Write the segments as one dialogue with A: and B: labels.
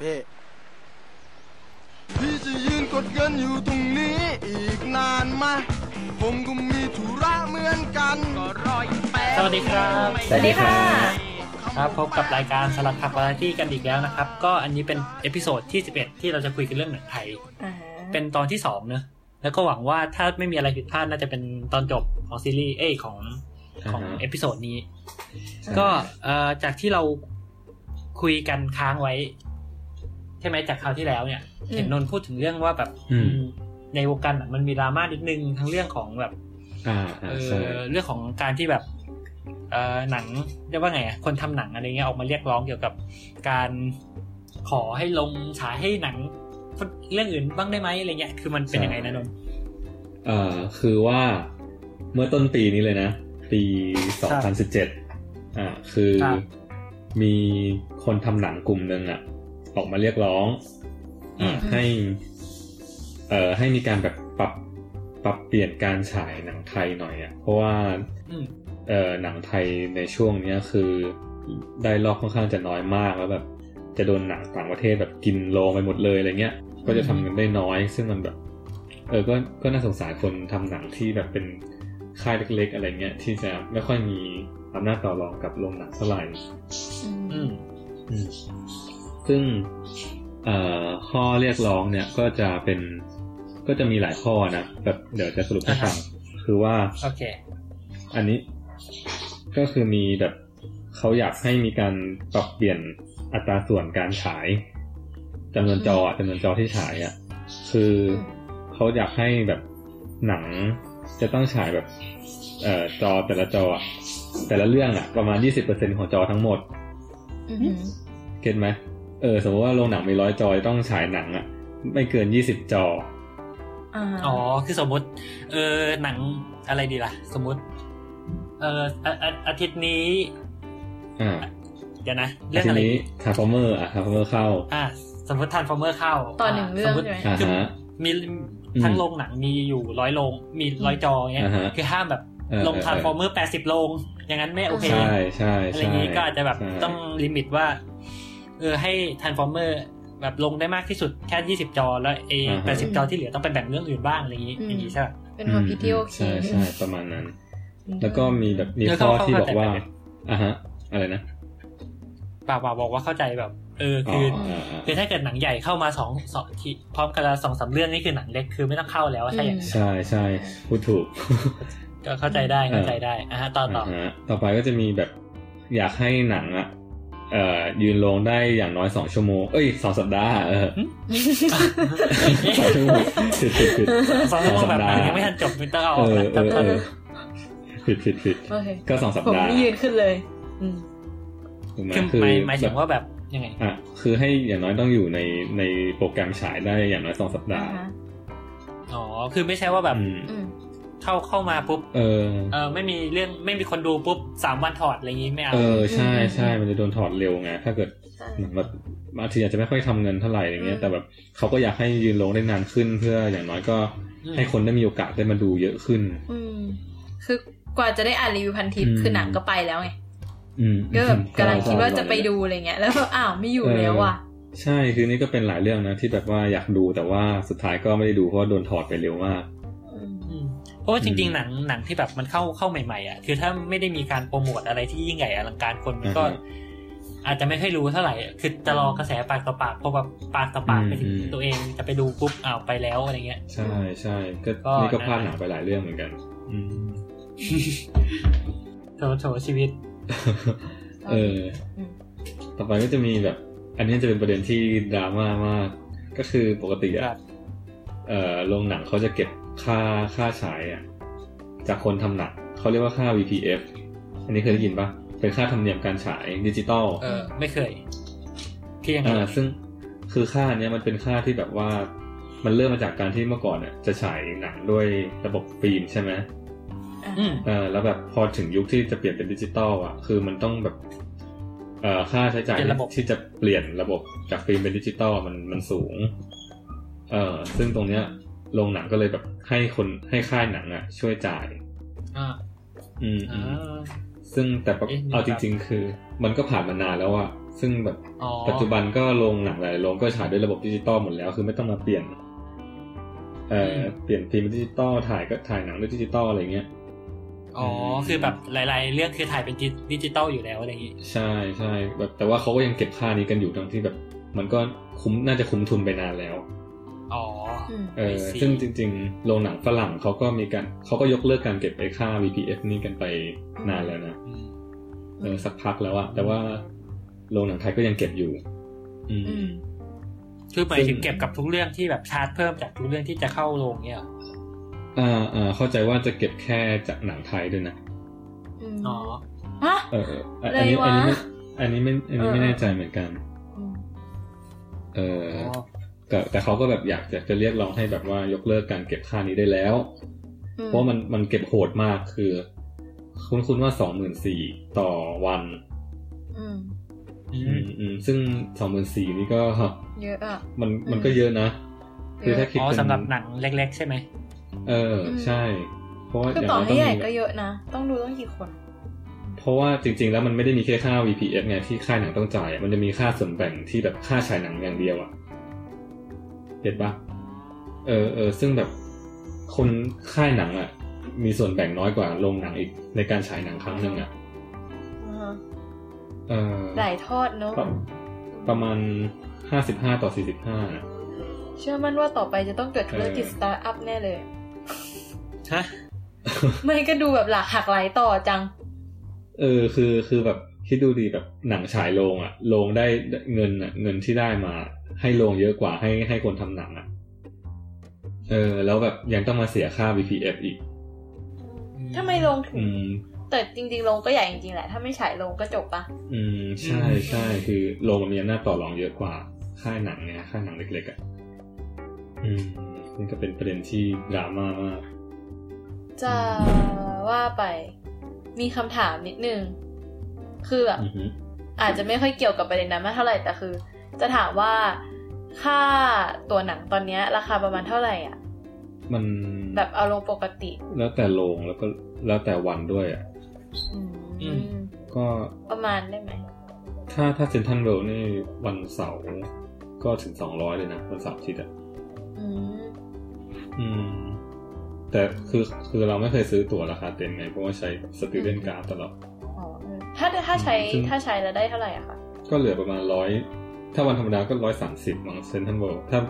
A: พี่พี่จะยืนกดเงินอยู่ตรงนี้อีกนานไหมผมก็มีธุระเหมือนกัน
B: สวัสดีครับ
C: สวัสดีค่ะ
B: ครับพบกับรายการสลัดผักวาไรตี้กันอีกแล้วนะครับ ก็อันนี้เป็นเอพิโซดที่ 11 ที่เราจะคุยกันเรื่องหนังไทย
C: อ่า
B: เป็นตอนที่สองเนอะแล้วก็หวังว่าถ้าไม่มีอะไรผิดพลาดน่าจะเป็นตอนจบของซีรีส์เอ้ยของของเอพิโซดนี้ ก็เอ่อจากที่เราคุยกันค้างไว้ ใช่ไหมจากคราวที่แล้วเนี่ย เห็นนนท์พูดถึงเรื่องว่าแบบ
D: อืม
B: อืมในวงการหนังมันมีดราม่านิดนึงทั้งเรื่องของแบบ
D: อ่า
B: เอ
D: อ่าใช่
B: อเรื่องของการที่แบบเออหนังเรียกว่าไงอะคนทำหนังอะไรเงี้ยออกมาเรียกร้องเกี่ยวกับการขอให้ลงฉายให้หนังเรื่องอื่นบ้างได้ไหมอะไรเงี้ยคือมันเป็นยังไงนะนนท์
D: เอ่อคือว่าเมื่อต้นปีนี้เลยนะ ปี 2017อ่าคือมีคนทำหนังกลุ่มหนึ่งอ่ะ ออกมาเรียกร้องอ่าให้เอ่อให้มีการแบบปรับปรับเปลี่ยนการฉายหนังไทยหน่อยอ่ะ เพราะว่า
B: อืม
D: เอ่อหนังไทยในช่วงเนี้ยคือได้รอบค่อนข้างจะน้อยมากแล้วแบบจะโดนหนังต่างประเทศแบบกินโลไปหมดเลยอะไรเงี้ย ก็จะทำกันได้น้อย ซึ่งมันแบบ เออก็ก็น่าสงสารคนทำหนังที่แบบเป็นค่ายเล็กๆอะไรเงี้ยที่จะไม่ค่อยมีอำนาจต่อรองกับโรงหนังเท่าไหร่
B: อืม
D: ซึ่งเอ่อข้อเรียกร้องเนี่ยก็จะเป็นก็จะมีหลายข้อนะแบบเดี๋ยวจะสรุปให้ฟังคือว่า
B: โอเค
D: อันนี้ก็คือมีแบบเขาอยากให้มีการปรับเปลี่ยนอัตราส่วนการฉายจำนวนจออะจำนวนจอที่ฉายอ่ะคือเขาอยากให้แบบหนังจะต้องฉายแบบเอ่อจอแต่ละจออะแต่ละเรื่องอ่ะประมาณ 20%ของจอทั้งหมด
C: อืมอืม
D: เก็ตไหมเออสมมติว่าโรงหนังมีร้อยจอจะต้องฉายหนังอ่ะไม่เกิน 20 จอ
C: อ่า
B: อ๋อ คือสมมติ เออหนังอะไรดีล่ะ สมมติ เอออาอาอาทิตย์นี้
D: อ่า
B: เดี๋ยวนะ เรื่
D: แต่
B: อง
D: ที
B: อะไร
D: นี้ทาร์ฟอร์เมอร์อ่ะทาร์ฟอร์เมอร์เข้า
B: อ่า สมมติทานฟอร์เมอร์เข้า
C: ตอนหนึ่งเรื่อง
B: สมมติ
C: ใช่ไหม
D: อ่า
B: คือ
D: ฮะ
B: มี
D: อืม
B: ทั้งโรงหนังมีอยู่ร้อยโรงมีร้อยจอเงี้ย
D: อ่าฮะ
B: คือห้ามแบบ
D: เออ
B: ลง
D: เออ
B: ทาร์ฟอร์เมอร์แปดสิบโรง อย่างนั้นไม่โอเค
C: ใช่
D: ใช่ใช่
B: อะไร
D: ใช่
B: นี้ก็อาจจะแบบ
D: ใช่
B: ต้องลิมิตว่า เออให้ทาร์ฟอร์เมอร์แบบลงได้มากที่สุดแค่ยี่สิบจอแล้วเอ
D: อ่า
B: แป
D: ฮะ
B: ดสิบจอที่เหลือต้องไปแบ่งเรื่องอื่นบ้างอะไรอย่างนี้
C: อืม
B: อย่างนี้ใช่ปะ
C: เป็นความคิดที่โอเค
D: ใช่ใช่ประมาณนั้น แล้วก็มีแบบมี
B: แล้วก็
D: ข้อที่บ
B: เข้า
D: อก
B: ใจ
D: ว่า
B: ไปเลย
D: อ่ะฮะ อะไรนะ
B: ป่าวป่าวบอกว่าเข้าใจแบบ เออคืออ
D: อ่าอ่า
B: คือถ้าเกิดหนังใหญ่เข้ามาสองสองทีพร้อมกันละสองสามเรื่องนี่คือหนังเล็กคือไม่ต้องเข้าแล้วอะใช่อย่างนั้น
D: ใช่ใช่พูดถูก
B: ก็เข้าใจได้เข้าใจได้อ่ะฮะต่อต่อ
D: อ่าฮะต่อไปก็จะมีแบบอยากให้หนังอ่ะเอ่อยืนลงได้อย่างน้อยสองชั่วโมง เอ้ยสองสัปดาห์เอ อสองชั่วโมงผิดผิดผิด
B: สองชั่วโมงแบบหนัง
D: สองสัปดาห์
B: ยังไม่ทันจบมินเตอร์เอาอ
D: เอ
B: อก
D: อ
B: แล้ว
D: เออเออผิดผิดผิด
C: โอเค
D: ก็สองสัป
C: ผม
D: ดาห์
C: ไม่ยืนขึ้นเลย อืม
D: ถูกไหม
B: คือ
D: คือ
B: หมายหมายถึง
D: แบบ
B: ว่าแบบยังไง
D: อ่ะคือให้อย่างน้อยต้องอยู่ในในโปรแกรมฉายได้อย่างน้อยสองสัป
C: อ่า
D: ดาห์
C: ฮะ
B: อ๋อ คือไม่ใช่ว่าแบบ
D: อืม
C: อืม
B: เข้าเข้ามาปุ๊บ
D: เออ
B: เออไม่มีเรื่องไม่มีคนดูปุ๊บสามวันถอดอะไรอย่างงี้ไม่เอา
D: เออใช่ใช่ มันจะโดนถอดเร็วไง ถ้าเกิดหนังแบบบางทีอาจจะไม่ค่อยทำเงินเท่าไหร่อย่างเงี้ย แต่แบบเขาก็อยากให้ยืนลงได้นานขึ้นเพื่ออย่างน้อยก็
B: ม
D: ให้คนได้มีโอกาสได้มาดูเยอะขึ้น
C: อืมคือกว่าจะได้อ่านรีวิวพันทิป
D: อืม
C: คือหนังก็ไปแล้วไง
D: อืม
C: ก็แบบกำลังคิดว่าจะไปดูอะไรเงี้ย แล้วก็อ้าวไม่อยู่แล้วว่ะ
D: ใช่คือนี่ก็เป็นหลายเรื่องนะที่แบบว่าอยากดูแต่ว่าสุดท้ายก็ไม่ได้ดูเพราะว่าโดนถอดไปเร็วมาก
B: อืมเพราะว่าจริง
D: อื
B: ๆ
D: ม
B: หนังหนังที่แบบมันเข้าเข้าใหม่ๆอ่ะคือถ้าไม่ได้มีการโปรโมทอะไรที่ยิ่งใหญ่อลังการคนมันก็
D: อ่าฮะ
B: อาจจะไม่ค่อยรู้เท่าไหร่ คือจะรอกระแสปากต่อปากพอแบบปากต่อปากไปถึง
D: อืม
B: ตัวเองจะไปดูปุ๊บอ้าวไปแล้วอะไรเงี้ย
D: ใช่ใช่ก็
B: ก็
D: นี่ก็พลาดหนังไปหลายเรื่องเหมือนกัน อืม
B: โถโถชีวิต
D: เออ
C: อืม
D: ต่อไปก็จะมีแบบ อันนี้จะเป็นประเด็นที่ดราม่ามาก ก็คือปกติ
B: ครั
D: อะ
B: บ
D: เอ่อโรงหนังเขาจะเก็บค่าค่าฉายอะจากคนทำหนังเขาเรียกว่าค่า VPF อันนี้เคยได้ยินปะเป็นค่าธรรมเนียมการฉายดิจิตอล
B: เออ ไม่เคยที่ยังไง
D: เอ่าซึ่งคือค่าเนี้ยมันเป็นค่าที่แบบว่ามันเริ่มมาจากการที่เมื่อก่อนเนี่ยจะฉายหนังด้วยระบบฟิล์มใช่ไหม
C: อ่า
B: อืม
D: เออแล้วแบบพอถึงยุคที่จะเปลี่ยนเป็นดิจิตอลอ่ะ คือมันต้องแบบเอ่อค่าใช้จ่าย
B: เป็นระบบ
D: ที่จะเปลี่ยนระบบจากฟิล์มเป็นดิจิตอลมันมันสูงเออซึ่งตรงเนี้ยโรงหนังก็เลยแบบให้คนให้ค่ายหนังอ่ะ ช่วยจ่าย
B: อ่า
D: อืม
B: อ่า
D: ซึ่งแต่ปะ
B: เอ๊ะมี
D: เอาจ
B: แบบ
D: ริง ๆ คือ มันก็ผ่านมานานแล้วอ่ะ ซึ่งแบบ
B: อ๋อ
D: ปัจจุบันก็โรงหนังหลายโรงก็ฉายด้วยระบบดิจิตอลหมดแล้ว คือไม่ต้องมาเปลี่ยน เอ่อเปลี่ยนฟิล์มดิจิตอลถ่ายก็ถ่ายหนังด้วยดิจิตอลอะไรเงี้ย
B: อ๋อคือแบบหลาย ๆ เรื่องคือถ่ายเป็นดิจิตอลอยู่แล้วอะไรอย่างงี้
D: ใช่ใช่แบบแต่ว่าเขาก็ยังเก็บค่านี้กันอยู่ทั้งที่แบบ มันก็คุ้มน่าจะคุ้มทุนไปนานแล้ว
B: อ๋อ
E: อืม
D: เอ
B: I
D: อ
B: see
D: ซึ่งจริงๆ โรงหนังฝรั่งเขาก็มีการเขาก็ยกเลิกการเก็บไอ้ค่า VPF นี่กันไปนานแล้วนะ
B: อืม
D: เออสักพักแล้วอะแต่ว่าโรงหนังไทยก็ยังเก็บอยู่ อืม
E: อืม
B: คือหมายถึงเก็บกับทุกเรื่องที่แบบชาร์จเพิ่มจากทุกเรื่องที่จะเข้าโรงเนี่ยเหรอ
D: อ่าอ่าเข้าใจว่าจะเก็บแค่จากหนังไทยด้วยนะ
E: อืม
B: อ๋อ
E: ฮะ
D: เออเอออันอันนี้
E: เลยวะ
D: อันนี้ไม่อันนี้ไม่อันนี้ไม่
E: เออ
D: แน่ใจเหมือนกัน
E: อืม
D: เออแต่แต่เขาก็แบบอยากจะจะเรียกร้องให้แบบว่ายกเลิกการเก็บค่านี้ได้แล้ว
E: อื
D: เพราะมันมันเก็บโหดมากคือ คุณคุณว่าสองหมื่นสี่ต่อวัน
E: อืม
B: อื
D: อื
B: ม
D: มอืมซึ่งสองหมื่นสี่นี่ก็
E: เยอะอ่ะ
D: มัน
E: อืม
D: มันก็เยอะนะ คือถ้าคิด
B: อ๋อ
D: เป็น
B: สำหรับหนังเล็ก ๆ ใช่ไหม
D: เออ ใช่ เพราะว่า
E: ก็
D: อย่าง
E: ต่อ
D: น้อย
E: ให้
D: ต้อง
E: ใหญ่
D: มี
E: ก็เยอะนะ ต้องดูต้องกี่คน
D: เพราะว่าจริงๆ แล้วมันไม่ได้มีแค่ค่า VPF ไงที่ค่ายหนังต้องจ่ายอะมันจะมีค่าส่วนแบ่งที่แบบค่าฉายหนังอย่างเดียวอะเห็นปะเออเออซึ่งแบบคนค่ายหนังอะมีส่วนแบ่งน้อยกว่าโรงหนังอีกในการฉายหนังครั้งหนึ่งอะ
E: อ่าฮะ
D: เออ
E: หลายทอดเนอะ
D: ประประมาณห้าสิบห้าต่อสี่สิบห้า
E: เชื่อมั่นว่าต่อไปจะต้องเกิดธุรกิจ
D: เออ
E: สตาร์ทอัพแน่เลย
B: ฮะ
E: ไม่ก็ดูแบบหลักหักหลายต่อจัง
D: เออคือคือแบบคิดดูดีแบบหนังฉายโรงอะโรงได้เงินอะเงินที่ได้มา ให้โรงเยอะกว่าให้ให้คนทำหนังอะเออ แล้วแบบยังต้องมาเสียค่า VPF อีก
E: ถ้าไม่ลงถึง
D: อืม
E: แต่จริงๆลงก็ใหญ่จริงๆแหละ ถ้าไม่ฉายลงก็จบปะ
D: อืม ใช่ใช่คือโรงมันมีอำนาจต่อรองเยอะกว่า ค่ายหนังเนี่ยค่ายหนังเล็กๆอะ่ะอืมนี่ก็เป็นประเด็นที่ดราม่ามาก
E: จะว่าไป มีคำถามนิดนึง คือแบบ
D: อือฮึ
E: อาจจะไม่ค่อยเกี่ยวกับประเด็นนั้นมากเท่าไหร่แต่คือ จะถามว่าค่าตัวหนังตอนเนี้ย ราคาประมาณเท่าไหร่อ่ะ
D: มัน
E: แบบเอาลงปกติ
D: แล้วแต่โรงแล้วก็แล้วแต่วันด้วยอะ่ะ
E: อืม
D: ก็
E: ประมาณได้ไหม
D: ถ้าถ้าเซนทันเวลนี่วันเสาร์ก็ถึงสองร้อยเลยนะวันเสาร์อาทิตย์อ่ะ
E: อืม
D: อืม แต่คือคือเราไม่เคยซื้อตั๋วราคาเต็มไงเพราะว่าใช้สติเดนการ์ดตลอด
E: อ๋อเออถ้าถ้าใช้
D: ซึ่ง
E: ถ้าใช้แล้วได้เท่าไหร่อะคะ
D: ก็เหลือประมาณร้อยถ้าวันธรรมดาก็ร้อยสามสิบมั้งเซนทันเวลถ้า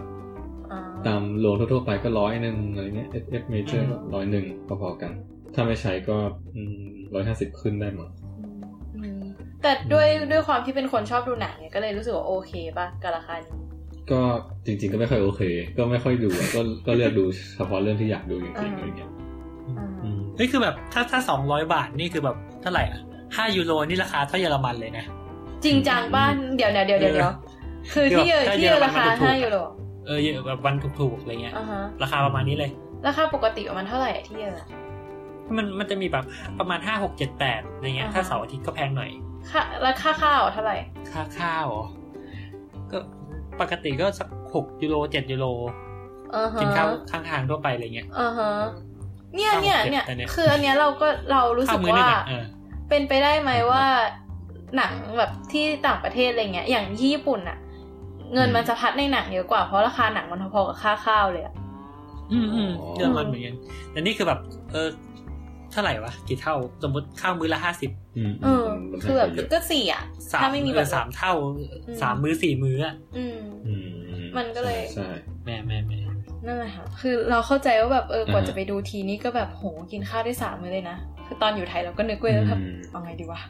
E: อ๋อ
D: ตามโลนทั่วๆไปก็ร้อยหนึ่งอะไรเงี้ย SF major ร้อยหนึ่งพอๆกัน ถ้าไม่ใช้ก็ร้อยห้าสิบขึ้นได้หมด
E: อืมแต่ด้วยด้วยความที่เป็นคนชอบดูหนังเนี่ยก็เลยรู้สึกว่าโอเคป่ะกับราคานี้
D: ก็จริงๆ ก็ไม่ค่อยโอเค ก็ไม่ค่อยดูอะก็ก็เลือกดูเฉพาะเรื่องที่อยากดูจริงๆอะไรเงี้ย
E: อ่า
D: อืม
B: เฮ้ยคือแบบถ้าถ้าสองร้อยบาทนี่คือแบบเท่าไหร่อ่ะห้ายูโรนี่ราคาเท่าเยอรมันเลยนะ
E: จริงจังบ้านเดี๋ยวเดี๋ยวเดี๋ยวเดี๋ยวคือที่เยอะ
B: ถ้า
E: ที่
B: เย
E: เย
B: อร
E: อะ
B: มัน
E: ราคา
B: มันถูก
E: ห้ายูโร
B: เออแบบวันถูกๆอะไรเงี้ย
E: อ่าฮะ
B: ราคาประมาณนี้เลย
E: ราคาปกติประมาณเท่าไหร่อะที่เยอะอะ
B: มันมันจะมีแบบประมาณห้าหกเจ็ดแปดอะไรเงี้ย
E: อ่า
B: ถ้าเสาร์อาทิตย์ก็แพงหน่อย
E: ค่าราคาข้าวเท่าไหร่
B: ค่าข้าวเหรอก็ปกติก็สักหกยูโรเจ็ดยูโร
E: อ่าฮะ
B: กินข้าวข้างทางทั่วไปอะไรเงี้ย
E: อ่าฮะเนี่ย
B: ข้าว
E: เนี่ย
B: เก็บ
E: เนี่ย
B: แต่เนี่ย
E: คืออันเนี้ยเราก็เรารู้สึ
B: ข้าว
E: ก
B: มื้อหนึง
E: ว่า
B: อ่ะเออ
E: เป็นไปได้ไหมว่า หนังแบบที่ต่างประเทศอะไรเงี้ย อย่างที่ญี่ปุ่นอะเงินมันสะพัดในหนังเยอะกว่าเพราะราคาหนังมันพอๆกับค่าข้าวเลยอะ
B: อืมอืมเยอรมันเหมือนกันแต่นี่คือแบบ เออเท่าไหร่วะ กี่เท่า สมมติข้าวมื้อละห้าสิบ
D: อืม
E: เออ
D: มัน
E: คือแบบ
D: เยอะ
E: ก็สี่อะ
B: สาม
E: ถ้าไม่มี
B: เอ
E: แบ
B: อบ สามเท่า
E: อืม
B: สามมื้อสี่มื้ออะ
E: อืม
D: อื
E: มันก็เลย
D: ใช่
B: แม่แม่แม่
E: นั่นแหละค่ะ คือเราเข้าใจว่าแบบเออกว่า
D: อ่าฮะ
E: จะไปดูทีนี้ก็แบบโหกินข้าวได้สามมื้อเลยนะ คือตอนอยู่ไทยเราก็นึกไว้แล้วแบบ
D: อืม
E: เอาไงดีวะ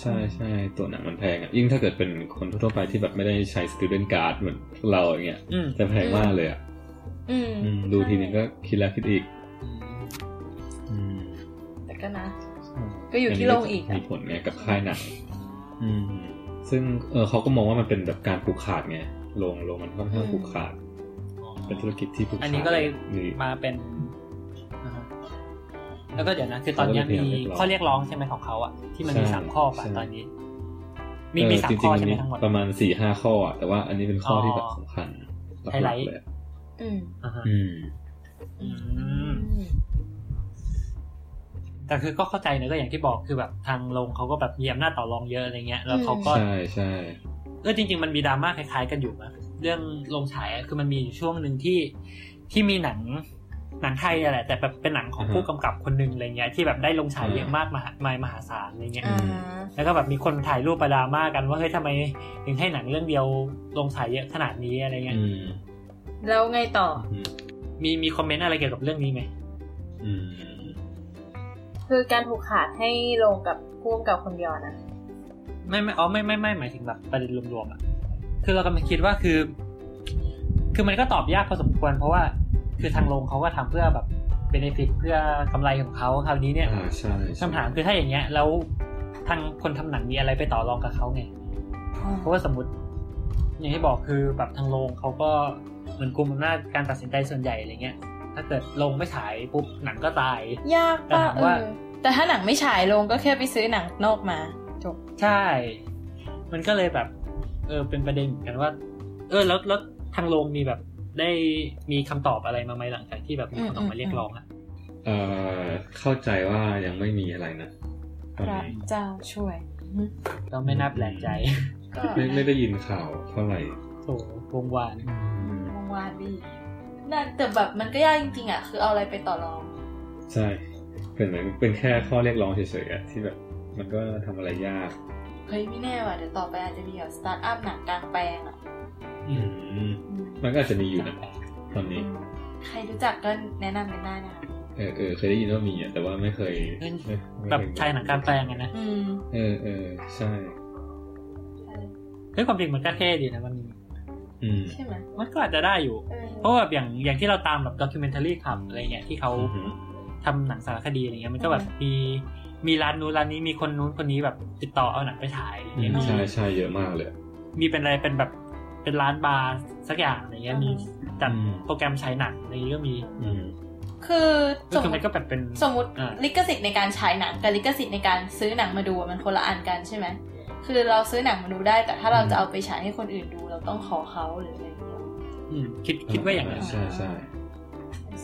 D: ใช่ใช่ตัวหนังมันแพงอ่ะยิ่งถ้าเกิดเป็นคนทั่วๆไปที่แบบไม่ได้ใช้ student card เหมือนพวกเราอย่างเงี้ย
B: อืม
D: จะแพงมากเลยอ่ะ
E: อืม
D: อืมดูทีนึงก็คิดแล้วคิดอีก อืม
E: แต่ก็นะ ก็อยู่ที่โรงอีกอะ
D: มีผลไงกับค่ายหนังอืม ซึ่งเออเขาก็มองว่ามันเป็นแบบการผูกขาดไงโรงโรงมันค่อนข้างผูกขาด เป็นธุรกิจที่ผูกขาด
B: อั
D: อั
B: นนี้ก็เลยมาเป็นอ่าฮะแล้วก็เดี๋ยวนะ คือตอนเนี้ยมีข้อเรียกร้องใช่ไหมของเขาอะที่มันมีสามข้อป่ะตอนนี้ มีมีสามข้อใช่ไหมทั้งหมด
D: ประมาณสี่ห้าข้ออะแต่ว่าอันนี้เป็นข้ออ
B: อ
D: ที่แบบสำคัญ
B: ไฮไลท์
D: ลักๆเลยอะ
E: อืม
B: อ่าฮะ
D: อืม
B: อืม
E: อืม
B: แต่คือก็เข้าใจนะก็อย่างที่บอกคือแบบทางลงเขาก็แบบมีอำนาจต่อรองเยอะอะไรเงี้ย แล้วเขาก็
D: ใช่ใช่
B: เออจริง ๆ มันมีดราม่าคล้ายๆกันอยู่นะเรื่องลงฉายอะคือมันมีอยู่ช่วงหนึ่งที่ที่มีหนังหนังไทยอะไรแต่แบบเป็นหนังของ
D: อือฮะ
B: ผู้กำกับคนหนึ่งอะไรเงี้ยที่แบบได้ลงฉาย
D: อืม
B: เยอะมากมหามายมหาศาลอะไรเงี้ย
E: อ่า
B: แล้วก็แบบมีคนถ่ายรูปประดราม่ากันว่าเฮ้ยทำไมถึงให้หนังเรื่องเดียวลงฉายเยอะขนาดนี้อะไรเงี้ย
D: อืม
E: แล้วไงต่อ
D: อืม
B: มีมีคอมเมนต์อะไรเกี่ยวกับเรื่องนี้ไหม
D: อืม
E: คือการถูกขาดให้ลงกับพ่วงกับคนเดียวนะ
B: ไม่ไม่อ๋อไม่ไม่ไม่หมายถึงแบบประเด็นรวมๆอ่ะคือเรากำลังคิดว่าคือ คือมันก็ตอบยากพอสมควร เพราะว่าคือทางโรงเขาก็ทำเพื่อแบบเบนฟิตเพื่อกำไรของเขาคราวนี้เนี่ย
D: อ่าใช่ใช่
B: คำถามคือถ้าอย่างเงี้ยแล้วทางคนทำหนังมีอะไรไปต่อรองกับเขาไง เพราะว่าสมมติ อย่างที่บอกคือแบบทางโรงเขาก็เหมือนกุมอำนาจการตัดสินใจส่วนใหญ่อะไรเงี้ย ถ้าเกิดโรงไม่ฉายปุ๊บหนังก็ตาย
E: ยากป่ะ
B: แต่ถาม
E: เอ
B: ว่า
E: อแต่ถ้าหนังไม่ฉายลงก็แค่ไปซื้อหนังนอกมาจบ
B: ใช่ มันก็เลยแบบ เออเป็นประเด็นเหมือนกันว่า เออแล้วแล้วทางโรงมีแบบได้มีคำตอบอะไรมาไหมหลังจากที่แบบมีคนออกมาเรียกร้องอะ
D: เอ่อเข้าใจว่ายังไม่มีอะไรนะตอน
E: พระ
D: นี้
E: เจ้าช่วย
B: ก็ไม่น่าแปลกใจ
E: ก็
D: ไม่ไม่ได้ยินข่าวเท่าไหร่
B: โถวงวาน
D: อืม
E: มองวาดีนั่นแต่แบบมันก็ยากจริงๆอ่ะ คือเอาอะไรไปต่อรอง
D: ใช่เป็นเหมือนเป็นแค่ข้อเรียกร้องเฉยๆอะที่แบบ มันก็ทำอะไรยาก
E: เฮ้ยไม่แน่ว่ะ เดี๋ยวต่อไปอาจจะมีแบบสตาร์ทอัพหนังกลางแปลงอ่ะ
D: อืม มันก็อาจจะมีอยู่นะตอนนี้
E: ใครรู้จักก็แนะนำกันได้นะคะ
D: เออเออเคยได้ยินว่ามีอ่ะแต่ว่าไม่เคยไม่ไม่เคย
B: แบบชายหนังกลารแปลงอะนะ
E: อืม
D: เออเออใช่
B: เฮ้ยความจริงมันก็เท่ดีนะมัน
D: อืม
E: ใช่ไหม
B: มันก็อาจจะได้อยู่
E: เออ
B: เพราะแบบอย่างอย่างที่เราตามแบบด็อกิเมนทัรี่ทำอะไรเงี้ยที่เขา
D: อือหือ
B: ทำหนังสารคดีอะไรเงี้ยมันก็แบบมีมีร้านนู้นร้านนี้มีคนนู้นคนนี้แบบติดต่อเอาหนังไปฉายอะไร
D: อื
B: เงี้
D: ม
B: ย
D: ใช่ใช่เยอะมากเลย
B: มีเป็นอะไรเป็นแบบเป็นร้านบาร์สักอย่างอะไรเงี้ยมีจัด
D: อืม
B: โปรแกรมฉายหนังอะไรเงี้ยก็มี
D: อืม
E: คือส
B: ก็
E: ม
B: คือ
E: ม
B: มัน
E: ติ
B: ก็แบบเป็น
E: สมมติ
B: อ่า
E: ลิขสิทธิ์ในการฉายหนังกับลิขสิทธิ์ในการซื้อหนังมาดูอะมันคนละอันกันใช่ไหมคือเราซื้อหนังมาดูได้ แต่ถ้าเรา
D: อืม
E: จะเอาไปฉายให้คนอื่นดู เราต้องขอเขาหรืออะไรอย่างเงี้ย
B: อืมคิดคิดว่าอย่างนั้น
D: ใช่ใช่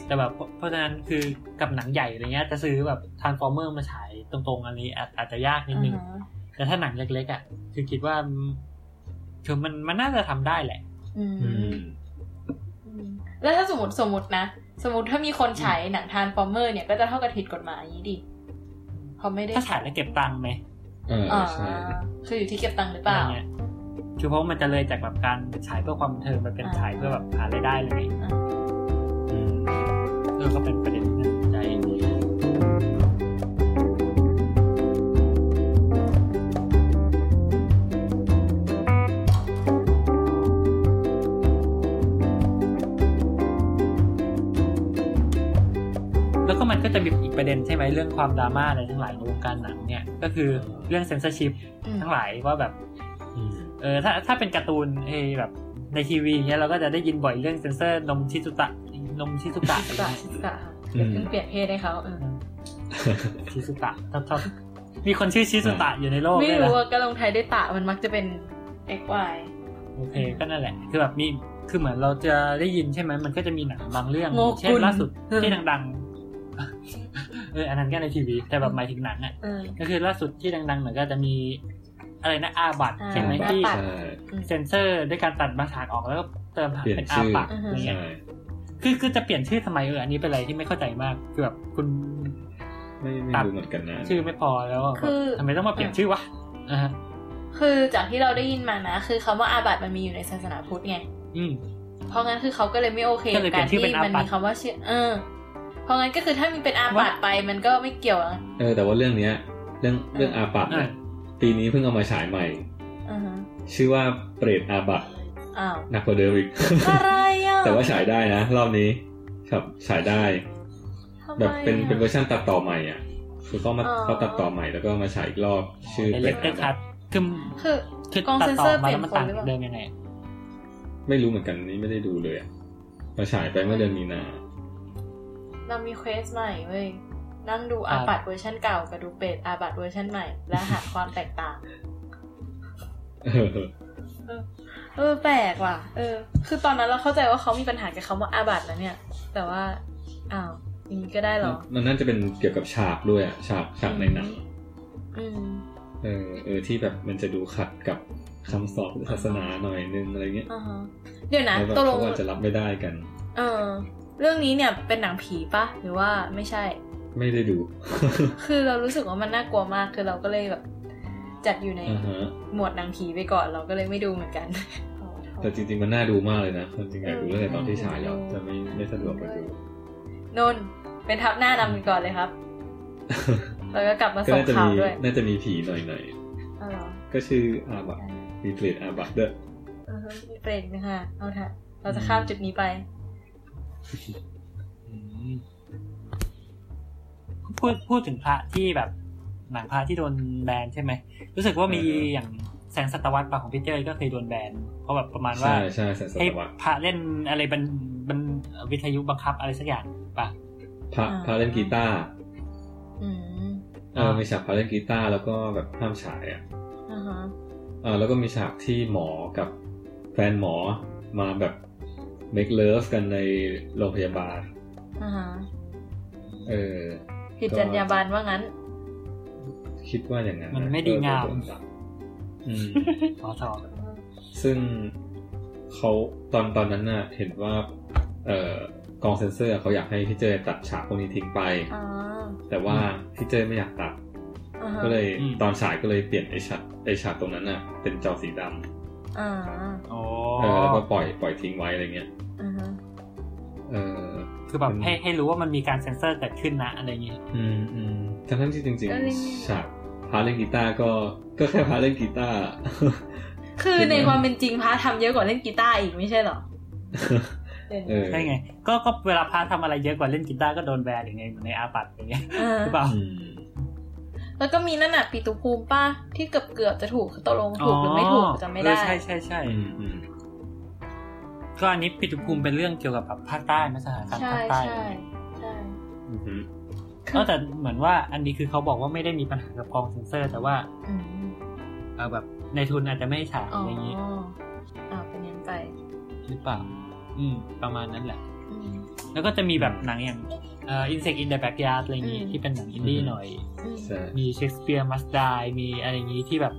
B: แต่แบบเพราะเพราะฉะนั้นคือกับหนังใหญ่อะไรเงี้ยจะซื้อแบบทานฟอร์เมอร์มาฉายตรงๆอันนี้อาจอาจจะยากนิดนึง
E: อ่าฮะ
B: แต่ถ้าหนังเล็กๆอ่ะคือคิดว่าคือมันมันน่าจะทำได้แหละ
E: อืม
D: อืม
E: อืมแล้วถ้าสมมติสมมตินะ สมมติถ้ามีคนฉายหนังทานฟอร์เมอร์เนี่ยก็จะเท่ากับผิดกฎหมายอย่างนี้ดิเขาะไม่ได้
B: ถ้าฉายแล้วเก็บตังค์ไหม
D: เออ
E: อ่า
D: ใช่
E: คืออยู่ที่เก็บตังค์หรือเป
B: อะไร
E: ล่า
B: เงี้ยคือเพราะมันจะเลยจากแบบการฉายเพื่อความบันเทิงมันเป็น
E: อ่า
B: ฉายเพื่อแบบหารายได้เลยไง
E: อ่ะ
D: อืม
B: เออก็เป็นประเด็นที่น่าสนใจแล้วก็มันก็จะมีอีกประเด็นใช่ไหมเรื่องความดราม่าอะไรทั้งหลายในวงการหนังเนี่ย ก็คือเรื่องเซนเซอร์ชิพ
E: อืม
B: ทั้งหลายว่าแบบ
D: อืม
B: เออถ้าถ้าเป็นการ์ตูนเออแบบในทีวีเงี้ยเราก็จะได้ยินบ่อยเรื่องเซนเซอร์นมชิซุตะนมชิซุตะ
E: ชิสกะชิสกะเดี๋ยวเพิ่งเปลี่ยนเพศให้เขาเออ
B: ชิซุตะชอบชอบมีคนชื่อชิซุตะอยู่ในโลก
E: ไม่
B: ด้วยเหร
E: รู้
B: อ
E: ว่าก็ลงไทายด้วยตะมันมักจะเป็น x y
B: โอเคก็นั่นแหละ คือแบบมีคือเหมือนเราจะได้ยินใช่ไหมมันก็จะมีหนังบางเรื่อง
E: โง
B: เช่
E: กุล
B: นล่าสุด
E: อืม
B: ที่ดังๆเอออันนั้นก็ในทีวีแต่แบบหมายถึงหนังอ่ะ
E: เออ
B: ก็คือล่าสุดที่ดังๆหน่อยก็จะมีอะไรนะอาบัต
E: อ่า
B: ใช่ไหม
E: น
B: ที่
E: อาบัต
D: ใช่
B: เซนเซอร์ด้วยการตัดบางฉากออกแล้วก็เติมหาง
D: เปลี่ยน
B: เป็นอา
D: ชื่อ
B: บัต
E: อือฮึ
B: อะไรเงี้ย
D: ใช่
B: คือคือจะเปลี่ยนชื่อทำไมเอออันนี้เป็นอะไรที่ไม่เข้าใจมากคือแบบคุณ
D: ไม่ไม่รู้เหมือนกันนะ
B: ชื่อไม่พอแล้วอะ
E: คือ
B: แบบทำไมต้องมาเปลี่ยนชื่อวะอ่าฮะ
E: คือจากที่เราได้ยินมานะ คือคำว่าอาบัติมันมีอยู่ในศาสนาพุทธไง
B: อืม
E: เพราะงั้นคือเขาก็เลยไม่โอเค
B: ก็เลย
E: กับ
B: เปลี่นชื่อ
E: กาย รที่
B: เป็นอา
E: มัน
B: บัติ
E: มีคำว่าเชื่อเออ เพราะงั้นก็คือถ้ามีเป็นอาบัตไปมันก็ไม่เกี่ยวอะ
D: เออแต่ว่าเรื่องเนี้ย เรื่องเรื่องอาปัตเนี่ย
B: อ่
D: ปีนี้เพิ่งเอามาฉายใหม่
E: อือฮะ
D: ชื่อว่าเปรตอาบัต
E: อ้าว
D: หนักกว่าเดิมอีก
E: อะไรอ่ะ
D: แต่ว่าฉายได้นะ รอบนี้ ครับฉายได้
E: ทำไม
D: แบบ
E: อะ
D: เป็นเป็นเวอร์ชันตัดต่อใหม่อ่ะคือเขามา
E: อ๋อ
D: เขาตัดต่อใหม่แล้วก็มาฉายอีกรอบชื่อ
B: เป็นเล
D: เป็น
B: คเตอร์คัทคือ
E: คือ
B: คือก
E: ล้อง
B: ตัด
E: เซ็น
B: ต่
E: เซอ
B: อ
E: ร์
B: มา
E: เปลี่ย
B: แล้วมันต่าง
E: นคนหรือเปล่า
B: เดิมยังไง
D: ไม่รู้เหมือนกันนี่ไม่ได้ดูเลยอะมาฉายไปเมื่อเดือนมีนา
E: เรามีเควสใหม่เว้ยนั่งดูอาบัตเวอร์ชันเก่ากับดูเป็ดอาบัตเวอร์ชันใหม่ และหาความแตกต่าง
D: เออ
E: เออแปลกว่ะ เออ คือตอนนั้นเราเข้าใจว่าเขามีปัญหากับคำว่าอาบัตนะเนี่ย แต่ว่าอ้าวอย่างนี้ก็ได้เหรอ
D: มันน่าจะเป็นเกี่ยวกับฉากด้วยอะฉากฉากในหนัง
E: อืม
D: เออเออที่แบบมันจะดูขัดกับ คำสอนพุทธศาสนาหน่อยนึงอะไรเงี้ย
E: อ่าฮะเดี๋ยวนะ
D: แล้วแบบ
E: ตกล
D: เขา
E: ง
D: อาจจะรับไม่ได้กัน
E: เออ เรื่องนี้เนี่ยเป็นหนังผีปะหรือว่าไม่ใช่
D: ไม่ได้ดู
E: คือเรารู้สึกว่ามันน่ากลัวมากคือเราก็เลยแบบ จัดอยู่ใน
D: อ่าฮะ
E: หมวดหนังผีไปก่อนเราก็เลยไม่ดูเหมือนกัน
D: แต่จริง ๆ มันน่าดูมากเลยนะความจริงอยากดูตั้งแต่ตอนที่ฉายแล้วแต่ไม่ไม่สะดวกไปดู
E: นนท์เป็นทับหน้านำกันก่อนเลยครับ แล้วก็กลับมา
D: ก็
E: ส่ง
D: น่าจะ
E: ข่าว
D: มี
E: ด้วย
D: น่าจะมีผีหน่อยหน่อย
E: เอาเหรอ
D: ๆก็ชื่ออาบักมีเกรดอาบักด้วย
E: เออมีเปรตนะคะเอาเถอะเราจะข้ามจุดนี้ไป
B: พูดพูดถึงพระที่แบบหนังพระที่โดนแบนใช่ไหม รู้สึกว่ามีอย่างแสงสัตวรรษปะของพีเตอร์ก็เคยโดนแบน เพราะแบบประมาณว่า
D: ใช่ใช่แสนส
B: ให้
D: วัสดิ์
B: พระเล่นอะไรบันบันวิทยุบังคับอะไรสักอย่างปะ
D: พระ
E: อ่า
D: พระเล่นกีตาร์
E: อืม
D: เออมีฉากพระเล่นกีตาร์แล้วก็แบบห้ามฉายอ่ะ
E: อ่าฮะ
D: เออแล้วก็มีฉากที่หมอกับแฟนหมอมาแบบ make love กันในโรงพยาบาล
E: อ่าฮะ
D: เออ
E: ผิดจรรยาบรรณว่างั้น
D: คิดว่าอย่างนั้นะ
B: มันไม่ดีงาม
D: เออเป็นแบบอืม
B: สอสอ
D: ซึ่งเขาตอนตอนนั้นน่ะ เห็นว่า เอ่อกองเซนเซอร์เขาอยากให้พี่เจยตัดฉากพวกนี้ทิ้งไป
E: อ่า
D: แต่ว่าพี่เจยไม่อยากตัด
E: อ่าฮะ
D: ก็เลยตอนฉายก็เลยเปลี่ยนไอฉากไอฉากตรงนั้นน่ะ เป็นจอสีด
E: อ่า
B: โอ้
D: ำเออแล้วก็ปล่อยปล่อยทิ้งไว้อะไรเงี้ย
E: อ่าฮะ
D: เออ
B: คือแบบ
D: เป็น
B: ให้ให้รู้ว่ามันมีการเซ็นเซอร์เกิดขึ้นนะอะไรอย่างงี้
D: อืมอืมทั้งทั้งๆที่จริงๆฉากพาเล่นกีตาร์ก็ก็แค่พาเล่นกีตาร์
E: คือในความเป็นจริงพระทำเยอะกว่าเล่นกีตาร์อีกไม่ใช่เหรอเดี๋ยว
D: เอ
E: นี้
D: อ
B: ใช่ไง ก็ก็เวลาพระทำอะไรเยอะกว่าเล่นกีตาร์ก็โดนแบนอย่างไงเหมือนในอาปัตอย่างเงี้ย
E: อ่า
B: หรือเปล่า
D: อืม
E: แล้วก็มีนั่นน่ะปีตุภูมิป้าที่เกือบเกือบๆจะถูกตกลงถูกหรือไม่ถูกจำไม่ได้
B: เออใช่ใช่ใช่
D: อืมอืม
B: ก็อันนี้ปิตุภูมิเป็นเรื่องเกี่ยวกับแบบภาคใต้นะสถานการณ์
E: ใช่
B: ภาคใต้
E: ใช่ใช่
D: อืม
E: คือ
B: ก็แต่เหมือนว่าอันนี้คือเขาบอกว่าไม่ได้มีปัญหากับกองเซ็นเซอร์ แต่ว่า
E: อืม
B: เออแบบในทุนอาจจะไม่ให้ฉาย
E: อ๋อ
B: อย่างนี้
E: อ่าเป็นอยังไป
B: หรือเปล่า อืม ประมาณนั้นแหละ
E: อืม
B: แล้วก็จะมีแบบหนังอย่างเอ่ออินเสกอินเดอะแบ็กยาร์ดอะไรอย่างนี้
E: อืม
B: ที่เป็นหนังอินดี้หน่อย
E: อืม
D: ใช่
B: มีเชคสเปียร์มัสดายมีอะไรอย่างนี้ที่แบบ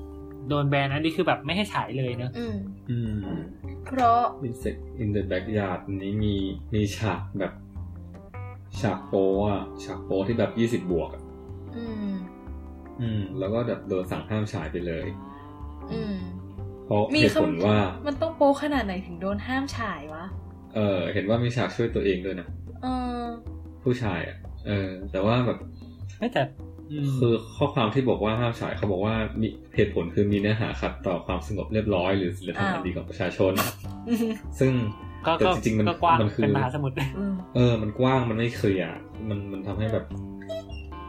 B: โดนแบนอันนี้คือแบบไม่ให้ฉายเลยเนอะ
E: อืม
D: อืม
E: เพราะ
D: Insect in the backyard นี้มีมีฉากแบบฉากโปอ่ะฉากโปที่แบบยี่สิบบวกอะ
E: อืม
D: อืม แล้วก็แบบโดนสั่งห้ามฉายไปเลย
E: อืม
D: เพราะ
E: มี
D: เหตุผลว่า
E: มันต้องโปขนาดไหนถึงโดนห้ามฉายวะ
D: เออเห็นว่ามีฉากช่วยตัวเองด้วยนะ
E: เออ
D: ผู้ชายอ่ะ เออ แต่ว่าแบบ
B: เฮ้ยแต่อืม
D: คือข้อความที่บอกว่าห้ามฉายเขาบอกว่ามีเหตุผลคือมีเนื้อหาขัดต่อความสงบเรียบร้อยหรือศีลธรรมอันดีของประชาชน
E: อืม
D: ซึ่ง
B: ก็ก็
D: แต่จริงๆมัน
B: ก็กว้าง
D: มันคือ
B: เป็นมหาสมุทร
E: อืม
D: เออ มันกว้างมันไม่เคลียร์อะมันมันทำให้แบบ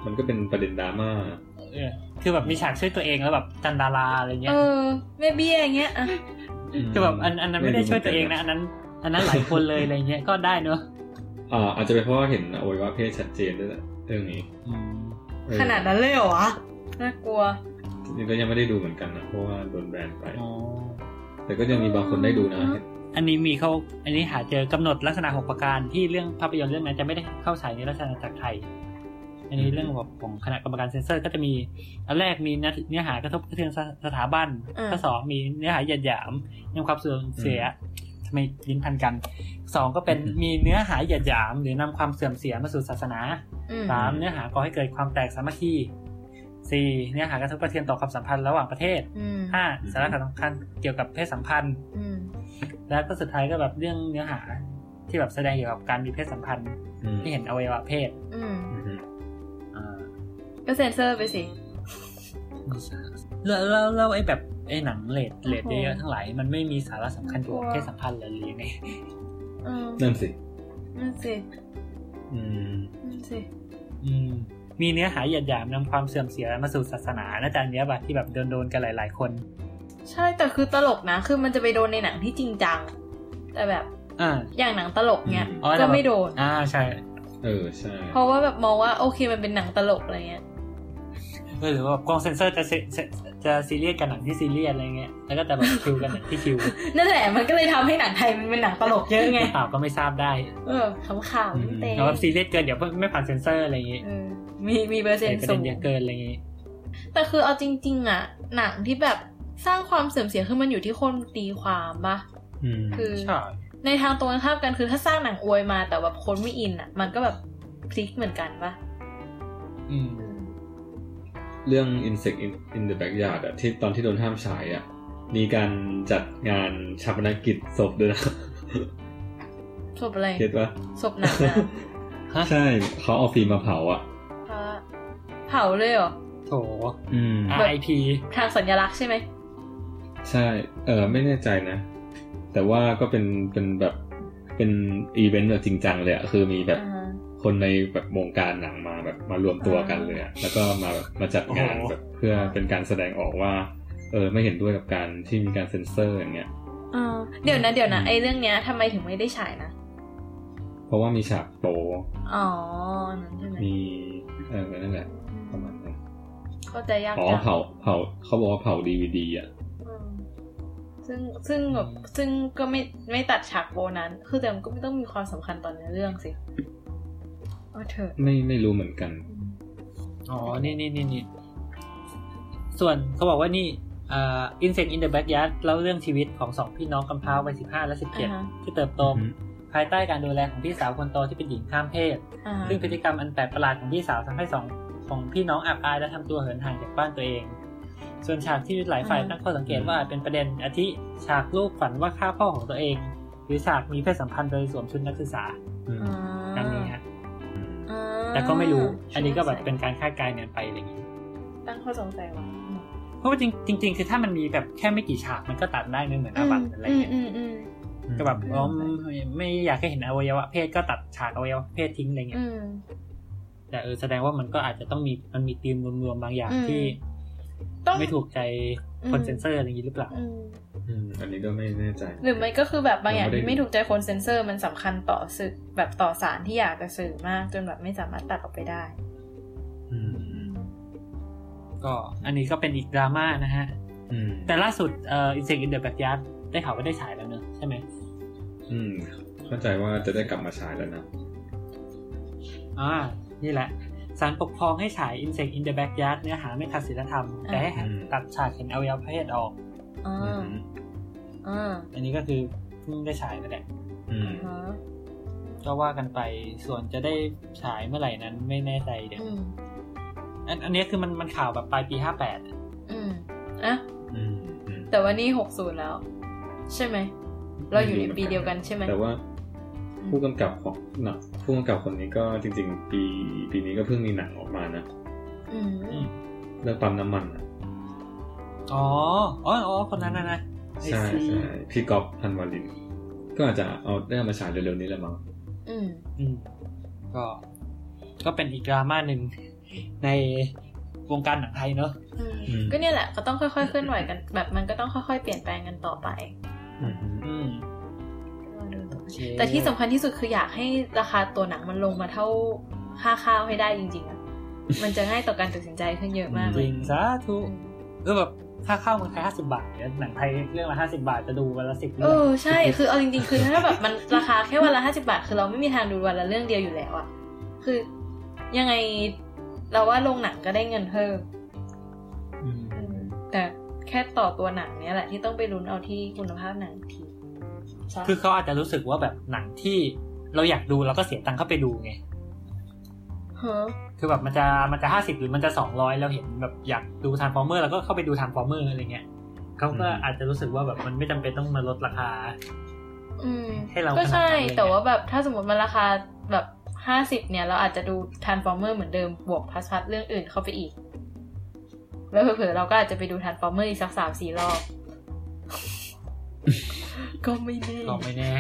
D: มันก็เป็นประเด็นดราม่า
B: เออคือแบบมีฉากช่วยตัวเองแล้วแบบจันดาราอะไรเงี้
E: เอย อแม่เบี้ยอย่างเงี้ยอ่ะ
B: คือแบบอันอันนั้นไม่ได้ช่วยตัวเองนะ อันนั้น อันนั้นหลายคนเลยอะไรเงี้ยก็ ได้เนอะ
D: อ่าอาจจะเป็นเพราะว่าเห็นอวัยวะเพศชัดเจนด้วยแหละเรื่องนี้เออ
E: ขนาดนั้นเลยเหรอวะน่ากลัว
D: จริงๆก็ยังไม่ได้ดูเหมือนกันนะเพราะว่าโดนแบนไป
B: อ๋อ
D: แต่ก็ยังมีบางคนได้ดูนะ
B: อันนี้มีเขาอันนี้หาเจอกำหนดลักษณะหกประการที่เรื่องภาพยนตร์เรื่องนั้นจะไม่ได้เข้าฉายในลักษณะจากไทย อันนี้เรื่องแบบของคณะกรรมการเซ็นเซอร์ ก็จะมีอันแรกมีเนื้อเนื้อหากระทบกระเทือนสสถาบัน
E: อ่า
B: ข้อสองมีเนื้อหาเหยียดหยามนำความเสื่อมเสียทำไมลิ้นพันกันสองก็เป็น
D: อืม
B: มีเนื้อหาเหยียดหยาม หรือนำความเสื่อมเสียมาสู่ศาสนา
E: อืม
B: สามเนื้อหาก่อให้เกิดความแตกสามัคคีสี่เนื้อหากระทบกระเทือนต่อความสัมพันธ์ระหว่างประเทศ
E: อืม
B: ห้าสาระสำคัญเกี่ยวกับเพศสัมพันธ์
E: อืม
B: แล้วก็สุดท้ายก็แบบเรื่องเนื้อหาที่แบบแสดงเกี่ยวกับการมีเพศสัมพันธ์
D: อืม
B: ที่เห็นอวัยวะเพศ
E: อืม
D: อืม
B: อ่า
E: ก็เซ็นเซอร์ไปสิ
B: แล้วแล้วแล้วไอ้แบบไอ้หนังเลดเลด
E: โอ้
B: เย
E: โห
B: อะๆทั้งหลายมันไม่มีสาระสำคัญเกี่ยวกับเพศสัมพันธ์เลยหรือยังไง
E: เออ
D: นั่นสิ
E: นั่นสิ
D: อืม
E: นั่นสิ
B: อืมมีเนื้อหาหยาดหยามนำความเสื่อมเสียมาสู่ศาสนาน่าจะอันเนี้ยแบบที่แบบโดนโดนๆกันหลาย ๆ คน
E: ใช่แต่คือตลกนะ คือมันจะไปโดนในหนังที่จริงจัง แต่แบบ
B: อ่า
E: อย่างหนังตลกเนี้ย
B: อ๋อแต่
E: ก็
B: แบบ
E: ไม่โดน
B: อ่าใช่
D: เออใช่
E: เพราะว่าแบบมองว่าโอเคมันเป็นหนังตลกอะไรเงี้ย
B: เออหรือว่าแบบกล้องเซนเซอร์จะเซเซจะซีเรียสกันหนังที่ซีเรียสอะไรเงี้ย แล้วก็จะแบบ คิวกันหนังที่คิว
E: นั่นแหละมันก็เลยทำให้หนังไทยมันเป็นหนังตลกเยอะไง
B: เปล่าก็ไม่ทราบได้
E: เออขำ
D: อืม
E: ๆเต้น
B: เอาแบบซีเรียสเกินเดี๋ยวไม่ผ่านเซนเซอร์อะไรเงี้ย
E: เออมีมีเปอร์เซ็น
B: ใส่
E: ต์
B: ประ
E: สู
B: เด็น
E: ง
B: เยอะเกินอะไรเงี้ย
E: แต่คือเอาจริง ๆ อ่ะ หนังที่แบบ สร้างความเสื่อมเสียคือมันอยู่ที่คนตีความปะ
D: อืม
E: คือ
B: ใช่
E: ในทางตรงกันข้ามกันคือถ้าสร้างหนังอวยมาแต่แบบคนไม่อินอ่ะ มันก็แบบพลิกเหมือนกันปะ
B: อืม
D: เรื่อง Insect in- in the Backyard อะที่ตอนที่โดนห้ามฉายอะมีการจัดงานชาปนกิจศพ ด้วยนะ
E: ศพอะไร
D: เก็ตปะ
E: ศพหนังอะ
B: ฮะ
D: ใช่เขาเอาฟิล์มมาเผาอะ
E: พระเผาเลยเหรอ
B: โถ
D: อืม
B: RIP
E: ทางสัญลักษณ์ใช่ไหม
D: ใช่ เออไม่แน่ใจนะ แต่ว่าก็เป็นเป็นแบบเป็นอีเวนต์แบบจริงจังเลยอะคือมีแบบ
E: อ่าฮะ
D: คนในแบบวงการหนังมาแบบมารวมตัวกันเลยอะแล้วก็มาแบบมาจัดงาน
B: โอ้โห
D: แบบเพื่อเป็นการแสดงออกว่า เออไม่เห็นด้วยกับการที่มีการเซ็นเซอร์อย่างเงี้ย
E: อ่าเดี๋ยวนะเดี๋ยวนะไอ้เรื่องเนี้ยทำไมถึงไม่ได้ฉายนะ
D: เพราะว่ามีฉากโป
E: อ๋อนั่นใช่ไหม
D: มี เออนั่นแหละประมาณนั้น
E: เข้าใจยาก
D: อ๋อ
E: จัง
D: เผาเผาเขาบอกว่าเผาดีวดีอ่ะ
E: อืมซึ่งซึ่งแบบซึ่งก็ไม่ไม่ตัดฉากโบนั้น คือแต่มันก็ไม่ต้องมีความสำคัญตอนเนื้อเรื่องสิเอาเถอะ
D: ไม่ไม่รู้เหมือนกัน
B: อ๋อ นี่นี่นี่นี่ ส่วนเขาบอกว่านี่อ่า Insect in the Backyard เล่าเรื่องชีวิตของสองพี่น้องกำพร้าวัยสิบห้าและสิบเจ็
E: อ่า
B: ด
E: ฮะ
B: ที่เติบโต
D: อือฮึ
B: ภายใต้การดูแลของพี่สาวคนโตที่เป็นหญิงข้ามเพศ
E: อ่าฮะ
B: ซึ่งพฤติกรรมอันแปลกประหลาดของพี่สาวทำให้สองของพี่น้องอับอายและทำตัวเหินห่างจากบ้านตัวเอง ส่วนฉากที่หลายฝ่ายตั้งข้อสังเกตว่าอาจเป็นประเด็นอาทิฉากลูกฝันว่าฆ่าพ่อของตัวเอง หรือฉากมีเพศสัมพันธ์โดยสวมชุดนักศึกษา
D: อืม
E: อ่า
B: ตามนี้ฮะ
E: อ่า
B: แต่ก็ไม่รู้ อันนี้ก็แบบเป็นการคาดการณ์กันไปอะไรอย่างนี้
E: ตั้งข้อสงสัยว่ะ
B: เพราะว่าจริงจริง ๆ คือถ้ามันมีแบบแค่ไม่กี่ฉากมันก็ตัดได้ไม่เหมือนอาบัตอะไร
E: ม
B: เงี้ย
E: อืมอืม
B: ก็แบบอ๋อไม่ไม่อยากให้เห็นอวัยวะเพศก็ตัดฉากอวัยวะเพศทิ้งอะไรเงี้ย
E: อืม
B: แต่เออแสดงว่ามันก็อาจจะต้องมีมันมีธีมรวมๆบางอย่าง
E: อืม
B: ที่
E: ต้อง
B: ไม่ถูกใจ
E: อืม
B: คนเซนเซอร์อะไรอย่างนี้หรือเปล่า
E: อืม
D: อืมอันนี้ก็ไม่แน่ใจ
E: หรือไม่ก็คือแบบบางอย่าง
D: ยัง
E: ที่
D: ไม่ได้
E: ไม่ถูกใจคนเซนเซอร์มันสำคัญต่อสื่อแบบต่อสารที่อยากจะสื่อมาก จนแบบไม่สามารถตัดออกไปได้
D: อืม
B: ก็อันนี้ก็เป็นอีกดราม่านะฮะ
D: อืม
B: แต่ล่าสุดเอ่ออินเซกอินเดอะแบ็กยาร์ดได้ข่าวว่าได้ฉายแล้วเนอะใช่ไหม
D: อืมเข้าใจว่าจะได้กลับมาฉายแล้วนะ
B: อ่า นี่แหละศาลปกครองให้ฉายอินเซกอินเดอะแบ็กยาร์ดเนื้อหาไม่ขัดศีลธรรม แต่ให้
D: อืม
B: ตัดฉากเห็นอวัยวะเพศออก
E: อ่
D: อื
E: าม อ่า
B: อันนี้ก็คือเพิ่งได้ฉายนั่นแหละ
D: อืม
E: ฮะ
B: ก็ว่ากันไปส่วนจะได้ฉายเมื่อไหร่นั้นไม่แน่ใจเดี๋ยว
E: อืม
B: อันอันนี้คือมันมันข่าวแบบปลายปีห้าแปด
E: อืมอ่ะ
D: อืมอืม
E: แต่ว่านี่หกศูนย์แล้ว ใช่ไหม เราอยู่ในปีเดียวกันใช่ไหม
D: แต่ว่าผู้กำกับของหนังผู้กำกับคนนี้ก็จริง ๆ ปีปีนี้ก็เพิ่งมีหนังออกมานะ
E: อืม
D: เรื่องปั๊มน้ำมันอะ
B: อ๋ออ๋ออ๋อคนนั้นนะนะไอ
D: ใช่
B: ซี
D: ใช่พี่ก๊อฟพันวาลิน ก็อาจจะเอาได้มาฉายเร็วๆนี้แหละมั้ง
E: อืม
B: อืมก็ ก็เป็นอีกดราม่าหนึ่ง ในวงการหนังไทยเนอะ
E: อืมก็เนี่ยแหละก็ต้องค่อยๆเคลื่อนไหวกัน แบบมันก็ต้องค่อยๆเปลี่ยนแปลงกันต่อไป
D: อืม
B: อืม
E: ก็ดูต่อ
B: โอเค
E: แต่ที่สำคัญที่สุดคืออยากให้ราคาตัวหนังมันลงมาเท่าค่าข้าวให้ได้จริงๆอะมันจะง่ายต่อการตัดสินใจขึ้นเยอะมากเล
B: จ
E: ย
B: ริงสาธุ
E: อืม
B: เออแบบค่าเข้าเมืองไทยห้าสิบาทเนี่ยหนังไทยเรื่องละห้าสิบาทจะดูวันละสิบ
E: เออใช่คือเอาจริงๆคือถ้าแบบมันราคาแค่วันละห้าสิบาท คือเราไม่มีทางดูวันละเรื่องเดียวอยู่แล้วอะคือยังไงเราว่าโรงหนังก็ได้เงินเพิ่ม
B: ม
E: แต่แค่ต่อตัวหนังเนี้ยแหละที่ต้องไปลุ้นเอาที่คุณภาพหนังอีกทีใช่
B: คือเขาอาจจะรู้สึกว่าแบบหนังที่เราอยากดูเราก็เสียตังค์เข้าไปดูไง
E: ฮะ
B: คือแบบมันจะมันจะห้าสิบหรือมันจะสองร้อยเราเห็นแบบอยากดูทานฟอร์เมอร์เราก็เข้าไปดูทานฟอร์เมอร์อะไรเงี้ยเขาก็อาจจะรู้สึกว่าแบบมันไม่จำเป็นต้องมาลดราคา
E: อืม
B: ให้เรา
E: ก็ใช่
B: ขนาดนั้นเลยอะ
E: แต่ว่าแบบถ้าสมมติมันราคาแบบห้าสิบเนี่ย เราอาจจะดูท r a น s f อร์เมอร์เหมือนเดิมบวกพัสพัสเรื่องอื่นเข้าไปอีก แล้วเผลอๆเราก็อาจจะไปดูท r a น s f อร์เมอร์อีกสักสามสี่รอบ ก็ไม่แน่
B: ก็ไม่แน่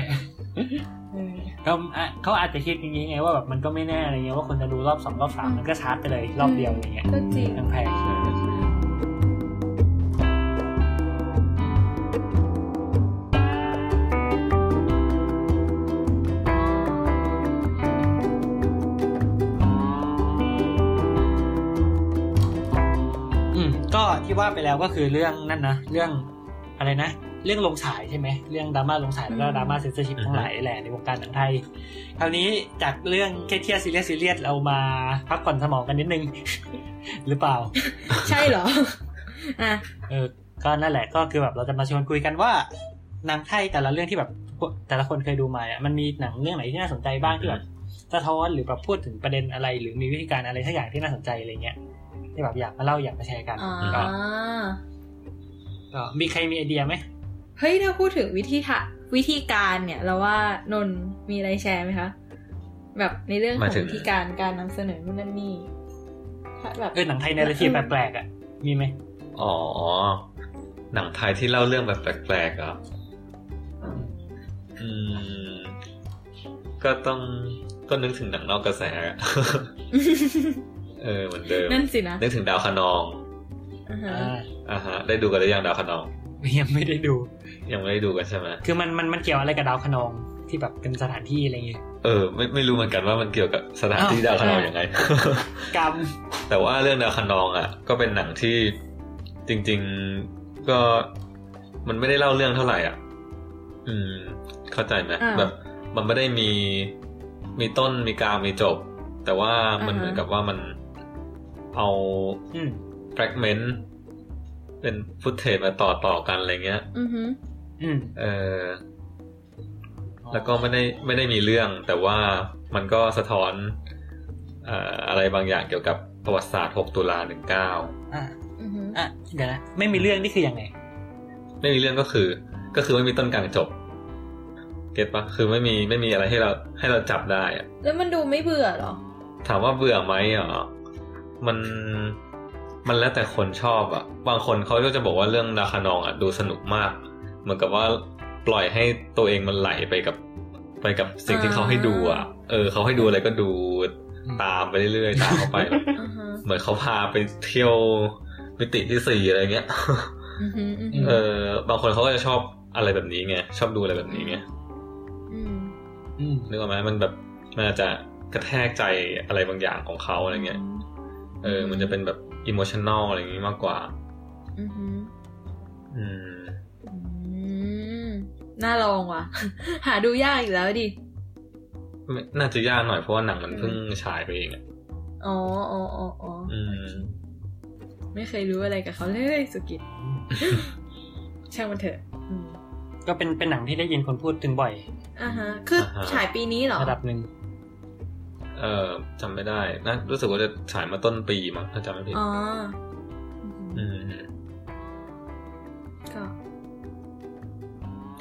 E: อืม
B: ก็อ่ะเขาอาจจะคิดอย่างนี้ไงว่าแบบมันก็ไม่แน่อะไรเงี้ยว่าคนจะดูรอบสองรอบสาม
E: อืม
B: มันก็ชาร์จไปเลยรอบเดียวอะไรเงี้ย
E: ก็จริง
B: แพง
D: ใช่ใช่
B: ๆอืมก็ที่ว่าไปแล้วก็คือเรื่องนั่นนะเรื่องอะไรนะ เรื่องลงฉายใช่ไหมเรื่องดราม่าลงฉายแล้วก็
E: อืม
B: ดราม่าเซนเซอร์ชิพทั้งหลายแหละในวงการหนังไทยคราวนี้จากเรื่องเครียดซีเรียสซีเรียสเรามาพั กผ่อนสมองกันนิดนึง หรือเปล่า
E: ใช่เหรอ อ่ะ
B: เออ ก็นั่นแหละก็คือแบบเราจะมาชวนคุยกันว่าหนังไทยแต่ละเรื่องที่แบบแต่ละคนเคยดูมาเนี่ยมันมีหนังเรื่องไหนที่น่าสนใจบ้างที่แบบสะท้อนหรือแบบพูดถึงประเด็นอะไร หรือมีวิธีการอะไรทักอย่างที่น่าสนใจอะไรเงี้ยที่แบบอยากมาเล่าอยากมาแชร์กัน
E: อ่า
B: ก็ก็มีใครมีไอเดียไหม
E: เฮ้ยถ้าพูดถึงวิธีทะวิธีการเนี่ย เราว่านนท์มีอะไรแชร์ไหมคะ แบบในเรื่องข
D: มา
E: อง
D: ถึง
E: วิธีการการนำเสนอนู่นนั่นนี่ถ้าแบบ
B: เออหนังไทยในระดับแปลกๆอ่ะมีไหม
D: อ๋อ หนังไทยที่เล่าเรื่องแบบแปลกๆเหรอ่ะอืม ก็ต้องก็นึกถึงหนังนอกกระแสอะ เออเหมือนเดิม
E: นั่นสินะ
D: นึกถึงดาวคะนอง
E: อ่าฮะ
B: อ่า
D: อ่ะฮะ ได้ดูกันหรือยังดาวคะนอง
B: ยังไม่ได้ดู
D: ยังไม่ได้ดูกันใช่ไหม
B: คือมันมันมันเกี่ยวอะไรกับดาวคะนองที่แบบเป็นสถานที่อะไรเงี้ย
D: เออไม่ไม่รู้เหมือนกันว่ามันเกี่ยวกับสถานที่
B: อ้า
D: ดาว วคะนองยังไง
B: กรรม
D: แต่ว่าเรื่องดาวคะนองอ่ะ ก็เป็นหนังที่จริง ๆก็มันไม่ได้เล่าเรื่องเท่าไหร่อ่ะ อืม เข้าใจไหม
E: อ่า
D: แบบมันไม่ได้มีมีต้นมีกลางมีจบ แต่ว่ามันเห
E: อ่าฮะ
D: มือนกับว่ามันเอา
B: อืม
D: แฟกเมนต์เป็นฟุตเทจมาต่อต่อๆกันอะไรเงี้ย
E: อือฮึ
B: อืม
D: เออ แล้วก็ไม่ได้ไม่ได้มีเรื่อง แต่ว่ามันก็สะท้อนเอ่ออะไรบางอย่างเกี่ยวกับประวัติศาสตร์ 6 ตุลา
B: อ่ะ
E: อือฮึ
B: อ่ะเดี๋ยวนะไม่มีเรื่องนี่คือยังไง
D: 19 ไม่มีเรื่องก็คือ ก็คือไม่มีต้นกลางจบ เก็ตปะคือไม่มีไม่มีอะไรให้เราให้เราจับได้อะ
E: แล้วมันดูไม่เบื่อเหรอ
D: ถามว่าเบื่อไหมเหรอมันมันแล้วแต่คนชอบอะบางคนเขาก็จะบอกว่าเรื่องนาคานองอะดูสนุกมาก เหมือนกับว่าปล่อยให้ตัวเองมันไหลไปกับ ไปกับสิ่งที่เขาให้ดูอะเออเขาให้ดูอะไรก็ดู ตามไปเรื่อยๆตามเขาไป
E: อ่าฮะ
D: เหมือนเขาพาไปเที่ยวมิติที่สี่อะไรเงี้ย
E: อือฮึอือ
B: ม
E: ฮึ
D: เออบางคนเขาก็จะชอบอะไรแบบนี้ไงชอบดูอะไรแบบนี้ไง
E: อืม
B: อืม
D: นึกออกไหมมันแบบมันอาจจะกระแทกใจอะไรบางอย่างของเขาอะไรเงี้ยเออมันจะเป็นแบบอิโมชันแนลอะไรอย่างนี้มากกว่า
E: อือฮึ
D: อืม
E: อืมน่าลองว่ะ หาดูยากอีกแล้วดิ
D: ไม่น่าจะยากหน่อยเพราะว่าหนังมันเพิ่งฉายไปเองอะ
E: อ๋ออ๋ออ๋ออ๋อ
D: อืม
E: ไม่เคยรู้อะไรกับเขาเลยสุกิต ช่างมันเถอะอืม
B: ก็เป็นเป็นหนังที่ได้ยินคนพูดถึงบ่อย
E: อ่าฮะ คืออา
D: ฮะ
E: ฉายปีนี้เหรอ
B: ระดับหนึ่ง
D: เออจำไม่ได้นะรู้สึกว่าจะฉายมาต้นปีมั้งถ้าจำไม่ผิด
E: อ๋ออื
D: อื
E: ม
D: ม
E: ก็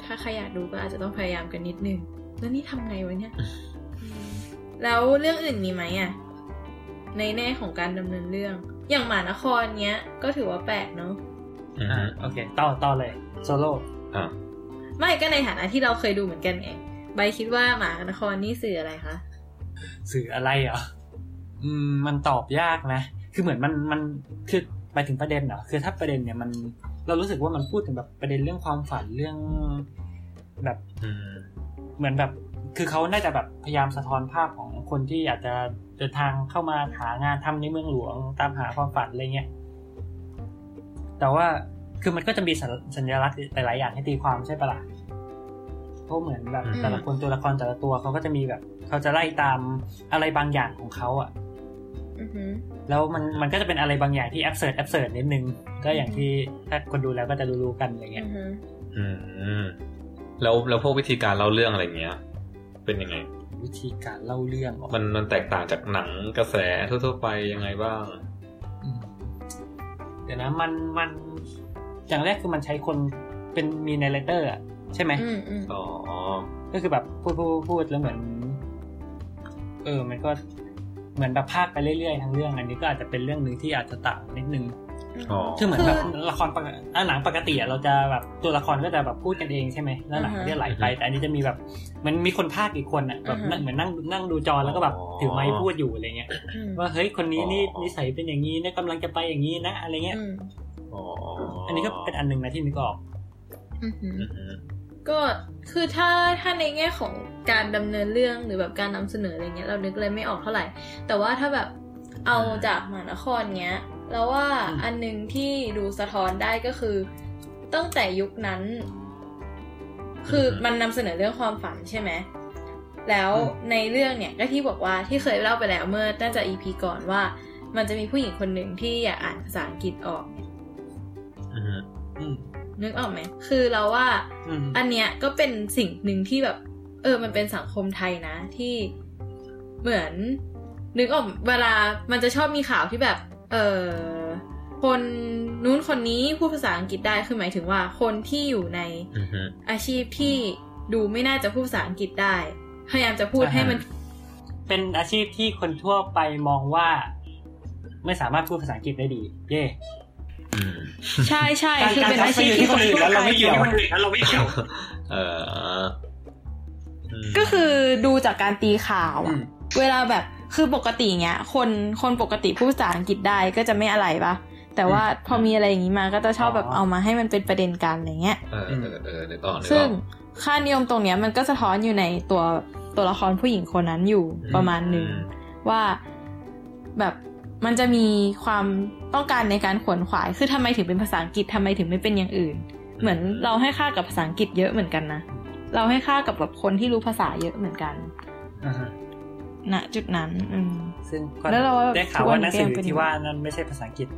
E: ถ้าใครอยากดูก็อาจจะต้องพยายามกันนิดนึง แล้วนี่ทำไงวะเนี่ยอืมแล้วเรื่องอื่นมีไหมอ่ะ ในแน่ของการดำเนินเรื่อง อย่างหมานครเนี้ย ก็ถือว่าแปลกเนอะ
D: อืม
B: อ่าโอเคต่อต่อเลยโซโล่
D: อ่า
E: ไม่ก็ในฐานะที่เราเคยดูเหมือนกันไงใบคิดว่าหมานครนี่สื่ออะไรคะ
B: สื่ออะไรเหรออืมมันตอบยากนะ คือเหมือนมันมันคือไปถึงประเด็นเหรอคือถ้าประเด็นเนี่ยมันเรารู้สึกว่ามันพูดถึงแบบประเด็นเรื่องความฝันเรื่องแบบ
D: อืม
B: เหมือนแบบ คือเขาน่าจะแบบพยายามสะท้อนภาพของคนที่อาจจะเดินทางเข้ามาหางานทำในเมืองหลวงตามหาความฝันอะไรเงี้ย แต่ว่า คือมันก็จะมีสัญสัญลักษณ์หลายๆอย่างให้ตีความใช่ปะล่ะ เพราะเหมือนแบบ
D: อืม
B: แต่ละคนตัวละครแต่ละตัวเขาก็จะมีแบบ เขาจะไล่ตามอะไรบางอย่างของเขาอะ
E: อือหือ
B: แล้วมันมันก็จะเป็นอะไรบางอย่างที่แอบเสิร์ตแอบเสิร์ตนิดนึง ก็อย่างที่ถ้าคนดูแล้วก็จะรู้ๆกันอะไร
E: อื
B: เงี้ย
E: อหือ
D: อืมแล้วแล้วพวกวิธีการเล่าเรื่องอะไรเงี้ย เป็นยังไง
B: วิธีการเล่าเรื่องออก
D: มันมันแตกต่างจากหนังกระแสทั่วๆไปยังไงบ้าง
B: อืมเดี๋ยวนะมันมันอย่างแรกคือมันใช้คนเป็นมีนเลเตอร์อะใช่ไหม
E: อืมอืม
D: อ๋อ
B: ก็คือแบบพูดพูดพูดแล้วเหมือน เออ มันก็เหมือนแบบภาคไปเรื่อยๆทั้งเรื่อง อันนี้ก็อาจจะเป็นเรื่องหนึ่งที่อาจจะต่างนิดนึง
D: อ๋อ
B: คือเหมือนแบบละครปกติอ่ะหนังปกติอะเราจะแบบตัวละครก็จะแบบพูดกันเองใช่ไหมแล้วหนังก็จะไหลไป แต่อันนี้จะมีแบบเหมันมีคนภาคอีกคนอะแบบนั่งเหมือนนั่งนั่งดูจอแล้วก็แบบถือไมค์พูดอยู่อะไรเงี้ย
E: อืม
B: ว่าเฮ้ยคนนี้นี่
D: อ๋อ
B: นิสัยเป็นอย่างนี้นะกำลังจะไปอย่างนี้นะอะไรเงี้ย
E: อืม
D: อ๋อ
B: อั
D: อั
B: นนี้ก็เป็นอันหนึ่งนะที่นึกออก
E: อือหือ
D: อืม
E: ก็คือถ้าถ้าในแง่ของการดำเนินเรื่องหรือแบบการนำเสนออะไรเงี้ย เรานึกเลยไม่ออกเท่าไหร่ แต่ว่าถ้าแบบเอาจากหมานครเนี้ยเราว่า
B: อืม
E: อันหนึ่งที่ดูสะท้อนได้ก็คือ ตั้งแต่ยุคนั้น คือมันนำเสนอเรื่องความฝันใช่ไหมแล้วในเรื่องเนี่ยก็ที่บอกว่าที่เคยเล่าไปแล้วเมื่อน่าจะ EP ก่อนว่า มันจะมีผู้หญิงคนหนึ่งที่อยากอ่านภาษาอังกฤษออก
D: อืม
B: อืม
E: นึกออกไหมคือเราว่า
B: อืม
E: อันเนี้ยก็เป็นสิ่งหนึ่งที่แบบ เออ มันเป็นสังคมไทยนะ ที่เหมือน นึกออกเวลามันจะชอบมีข่าวที่แบบ เออคนนู้นคนนี้พูดภาษาอังกฤษได้คือหมายถึงว่า คนที่อยู่ใน
D: อือฮึ
E: อาชีพที่ดูไม่น่าจะพูดภาษาอังกฤษได้ พยายามจะพูดให้มัน
B: เป็นอาชีพที่คนทั่วไปมองว่า ไม่สามารถพูดภาษาอังกฤษได้ดี เย่
D: อืม
E: ใช่ใช่คือเป็นอาชีพ
B: กร
E: ที่
B: จับไปอยู่คนอื่นแล้วเราไม่เกี่ยว
F: แล้วเราไม่เกี่ยว
D: เอออืม
E: ก็คือดูจากการตีข่าว
B: อื
E: อะ
B: ม
E: เวลาแบบคือปกติเงี้ย คนคนปกติพูดภาษาอังกฤษได้ก็จะไม่อะไรปะแต่ว่าพอมีอะไรอย่างนี้มาก็จะชอบแบบเอามาให้มันเป็นประเด็นกันอะไรเงี้ย
D: เออเออเออนึกออกนึกอ
E: ซึ่ง
D: อก
E: ค่านิยมตรงเนี้ยมันก็สะท้อนอยู่ในตัวตัวละครผู้หญิงคนนั้นอยู่ประมาณหนึ่ง
D: อืม
E: ว่าแบบมันจะมีความต้องการในการขวนขวายคือทำไมถึงเป็นภาษาอังกฤษทำไมถึงไม่เป็นอย่างอื่น เหมือนเราให้ค่ากับภาษาอังกฤษเยอะเหมือนกันนะเราให้ค่ากับแบบคนที่รู้ภาษาเยอะเหมือนกัน
B: อ่าฮะ
E: ณจุดนั้น อืม
B: ซึ่งก็
E: แล้วเราว่า
B: ได้ข่าวว่าหนังสือ
E: ทุกวันนี้ก็ยังเป็น
B: ที่ว่านั้นไม่ใช่ภาษาอังกฤษ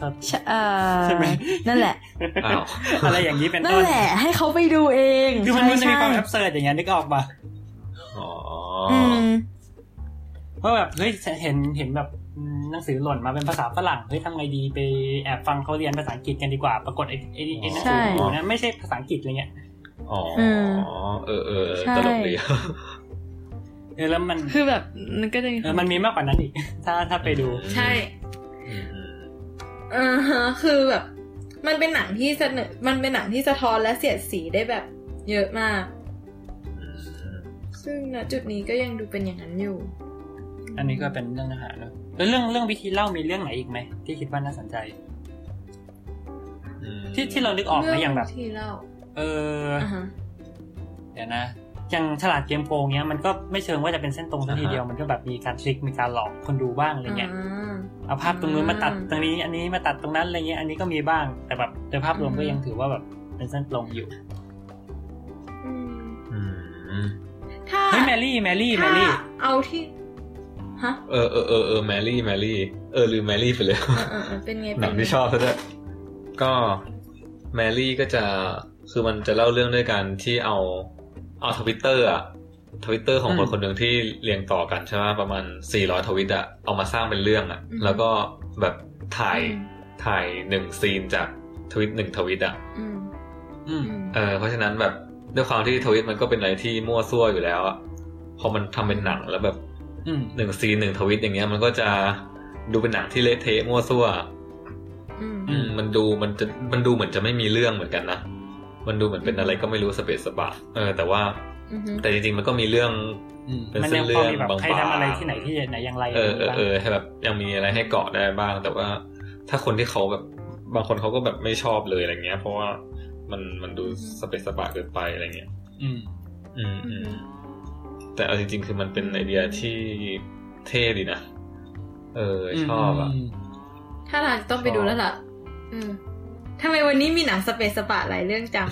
B: ชอบ
E: ใช่เอ่อ
B: ใช่ไหม
E: นั่นแหละ
D: อ้าว
B: อะไรอย่างนี้เป็น
E: นั่
B: ต้
E: น
B: น
E: แหละ ให้เขาไปดูเอง
B: คือมันมันจะมีความ
E: ใช่
B: แอบเซิร์ดอย่างเงี้ยนึกออกปะ
D: อ๋ออ
E: อืม
B: ว่าแบบเฮ้ยเห็นเห็นแบบอืมหนังสือหล่นมาเป็นภาษาฝรั่งเฮ้ยทำไงดีไปแอบฟังเขาเรียนภาษาอังกฤษกันดีกว่า ปรากฏไอ้ไอ้ไอ้หนังสือที่อยู่นะไม่ใช่ภาษาอังกฤษอะไรเงี้ย
D: อ๋ออ
E: ม
D: เออเออเออ
E: ใช่
D: ตลกดี
B: เออแล้วมัน
E: คือแบบมันก็จะมี
B: เออมันมีมากกว่านั้นอีก ถ้าถ้าไปดู
E: ใช่
D: อืมอืม
E: เออฮะคือแบบ มันเป็นหนังที่เสนอมันเป็นหนังที่สะท้อนและเสียดสีได้แบบ เยอะมาก
D: อืม
E: ซึ่งณจุดนี้ก็ยังดูเป็นอย่างนั้นอยู่
B: อันนี้ก็เป็นเรื่องอาหารเนอะแล้วเรื่องเรื่องวิธีเล่ามีเรื่องไหนอีกไหมที่คิดว่าน่าสนใจ
D: อืม
B: ที่ที่เรานึกออก
E: เรื่
B: นะอย่างแบบ
E: ที่เล่า
B: เออ
E: อ่าฮะ
B: เดี๋ยวนะอย่างฉลาดเกมโกงเนี้ยมันก็ไม่เชิงว่าจะเป็นเส้นตรงซะทีเดียวมันก็แบบมีการทริคมีการหลอกคนดูบ้างอะไรเงี้ย
E: อ่า
B: เอาภาพตรงนู้น
E: อืม
B: มาตัดตรงนี้ อันนี้มาตัดตรงนั้นอะไรเงี้ยอันนี้ก็มีบ้าง แต่แบบโดยภาพรวมก็ยังถือว่าแบบเป็นเส้นตรงอยู่
E: อืม
D: อืม
E: ถ้า
B: เฮ้ยแมรี่แมรี่แมรี่
E: ถ้าเอาที่ฮะ
D: เออเออเออเออแมรี่แมรี่ เออลืมแมรี่ไปเลย
E: เออเออเป็นไง
D: ห
E: เป็
D: นั
E: น
D: ง
E: ไง
D: ที่ชอบซะด้วยก็แมรี่ก็จะคือมันจะเล่าเรื่องด้วยการที่เอาเอาทวิตเตอร์อะทวิตเตอร์ของค
B: อื
D: น
B: ม
D: คนหนึ่งที่เรียงต่อกันใช่ไหมประมาณ 400 ทวิตอะเอามาสร้างเป็นเรื่องอะแล้วก็แบบถ่ายถ่ายหนึ่งซีนจากทวิตหนึ่งทวิตอะ
E: อืม
B: อืม
E: อืม
D: เออเพราะฉะนั้นแบบด้วยความที่ทวิตมันก็เป็นอะไรที่มั่วซั่วอยู่แล้วอะพอมันทำเป็นหนังแล้วแบบ
B: อืม
D: หนึ่งซีนหนึ่งทวิตอย่างเงี้ย มันก็จะดูเป็นหนังที่เละเทะมั่วซั่ว
E: อืม
D: อืมมันดูมันจะมันดูเหมือนจะไม่มีเรื่องเหมือนกันนะมันดูเหมือนเป็นอะไรก็ไม่รู้สเปซสปะเออ แต่ว่า
E: อืมอืม
D: แต่จริงๆมันก็มีเรื่อง
B: อืม
D: เป็น
B: มัน
D: เส้
B: ยั
D: น
B: ง
D: เรื่
B: พอ
D: อง
B: มีแบบ
D: บาง
B: ใครทำอะไรที่ไหนที่ไหนอย่างไร
D: เออเออ
B: บ้าง
D: เออให้แบบยังมีอะไรให้เกาะได้บ้าง แต่ว่าถ้าคนที่เขาแบบบางคนเขาก็แบบไม่ชอบเลยอะไรเงี้ย เพราะว่ามันมันดูสเปซสปะเกินไปอะไรเงี้ย
B: อืม
D: อืมอืมแต่เอาจริงๆ คือมันเป็นไอเดียที่เท่ดีนะ เออ ชอบอ่ะ
B: ม
E: ถ้าเราจะต้องไปดูแล้วล่ะ อืมทำไมวันนี้มีหนังสเปซสปะหลายเรื่องจัง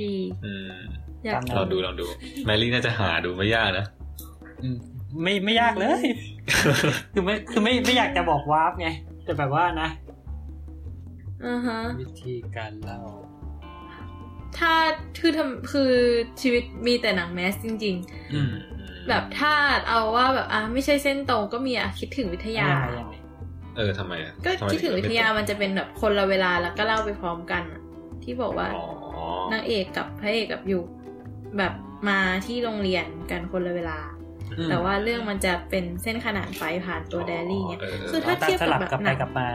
E: ดี
D: อืม
E: อยาก
D: ลองดูลองดู แมรี่น่าจะหาดูไม่ยากนะ
B: อืมไม่ไม่ยากเลย คือไม่คือไม่ไม่อยากจะบอกวาร์ปไงแต่แบบว่านะ
E: อือฮะ
B: วิธีการเล่า
E: ถ้าคือทำคือชีวิตมีแต่หนังแมสจริง
B: อืม
E: ๆ แบบถ้าเอาว่าแบบอ่ะไม่ใช่เส้นตรงก็มีอ่ะคิดถึงวิทยา
B: อะไรยังไง
D: เออทำไมอะ
E: ก็
D: ำไม
E: คิดถึงวิทยามันจะเป็นแบบคนละเวลาแล้วก็เล่าไปพร้อมกันอะที่บอกว่า
D: อ๋อน
E: างเอกกับพระเอกกับอยู่ แบบมาที่โรงเรียนกันคนละเวลา
B: อืม
E: แต่ว่าเรื่องมันจะเป็นเส้นขนานไปผ่านตัวแดรี่เนี่ย
D: ออ
E: คือถ้า เทียบ
B: สลับ
E: กับ
B: กลับไป
E: หนัง
B: กลับมา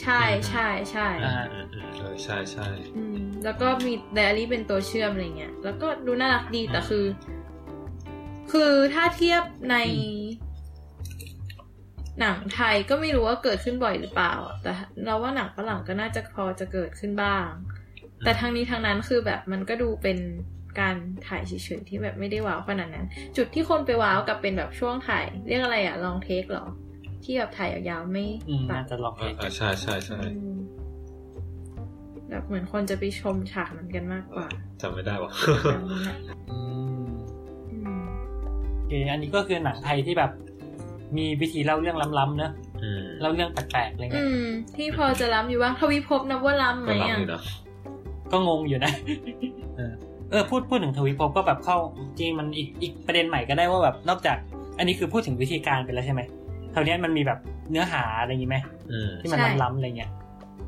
E: ใช่ใช่ใช่
B: อ่า
D: อืมอืมเออใช่ใช่
E: อืมแล้วก็มีแดรี่เป็นตัวเชื่อมอะไรเงี้ยแล้วก็ดูน่ารักดีแต่คือ คือถ้าเทียบใน หนังไทยก็ไม่รู้ว่าเกิดขึ้นบ่อยหรือเปล่า แต่เราว่าหนังฝรั่งก็น่าจะพอจะเกิดขึ้นบ้าง แต่ทางนี้ทางนั้นคือแบบมันก็ดูเป็นการถ่ายเฉยๆที่แบบไม่ได้ว้าวขนาดนั้น จุดที่คนไปว้าวกับเป็นแบบช่วงถ่าย เรียกอะไรอะลองเทคเหรอ ที่แบบถ่ายยาวๆไม่
B: อืม
E: ตั
B: น่า
E: ด
B: จะลอง
D: เอ
B: ไป
D: อเออใช่ใช่ใช่
E: อืมแบบเหมือนคนจะไปชมฉากนั้นกันมากกว่า
D: จำไม่ได้ว่ะ
E: แบบนี้แหละ
B: อืม
E: อืม
B: โอเคอันนี้ก็คือหนังไทยที่แบบ มีวิธีเล่าเรื่องล้ำๆเนอะ
D: อืม
B: เอ เล่าเรื่องแปลกๆอะไร
E: อื
B: เงี้ย
E: ม ที่พอจะล้ำอยู่บ้างทวิภพนับว่าล้ำไหม
G: ก็รับ
E: อ่ะ
G: อยู่นะ
B: ก็งงอยู่นะ เออเออพูดพูดถึงทวิภพก็แบบเข้าจริงมันอีกอีกประเด็นใหม่ก็ได้ว่าแบบนอกจาก อันนี้คือพูดถึงวิธีการไปแล้วใช่ไหมคราวเนี้ยมันมีแบบเนื้อหาอะไรอย่างงี้ไหม
G: อืม
B: ที่มันล้ำๆอะไรเงี้ย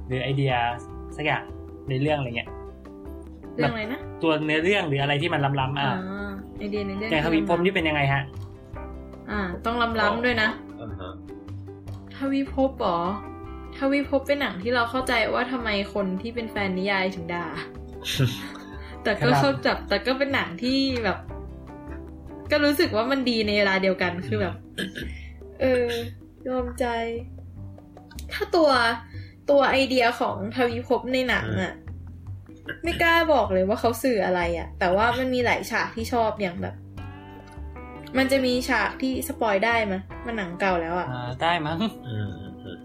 B: หรือไอเดียสักอย่างในเรื่องอะไรเงี้ย
E: เรื่องอะไรนะ
B: ตัวเนื้อเรื่องหรืออะไรที่มันล้ำๆอ่ะ
E: าไอเดียในเรื่อง
B: แต่ทวีพรหมนี่เป็นยังไงฮะ
E: อ่า ต้องล้ำๆด้วยนะ
G: อ่าฮะ
E: ทวิภพเหรอทวิภพเป็นหนังที่เราเข้าใจว่าทำไมคนที่เป็นแฟนนิยายถึงด่า แต่ก็
B: ครับ
E: เข้าจับ แต่ก็เป็นหนังที่แบบ ก็รู้สึกว่ามันดีในเวลาเดียวกันคือแบบ เออยอมใจ ถ้าตัวตัวไอเดียของทวิภพในหนังอะไม่กล้าบอกเลยว่าเขาสื่ออะไรอะแต่ว่ามันมีหลายฉากที่ชอบอย่างแบบ มันจะมีฉากที่สปอยได้มะมันหนังเก่าแล้วอะ
B: อ่าได้มั้ง
G: อืมอืมอืม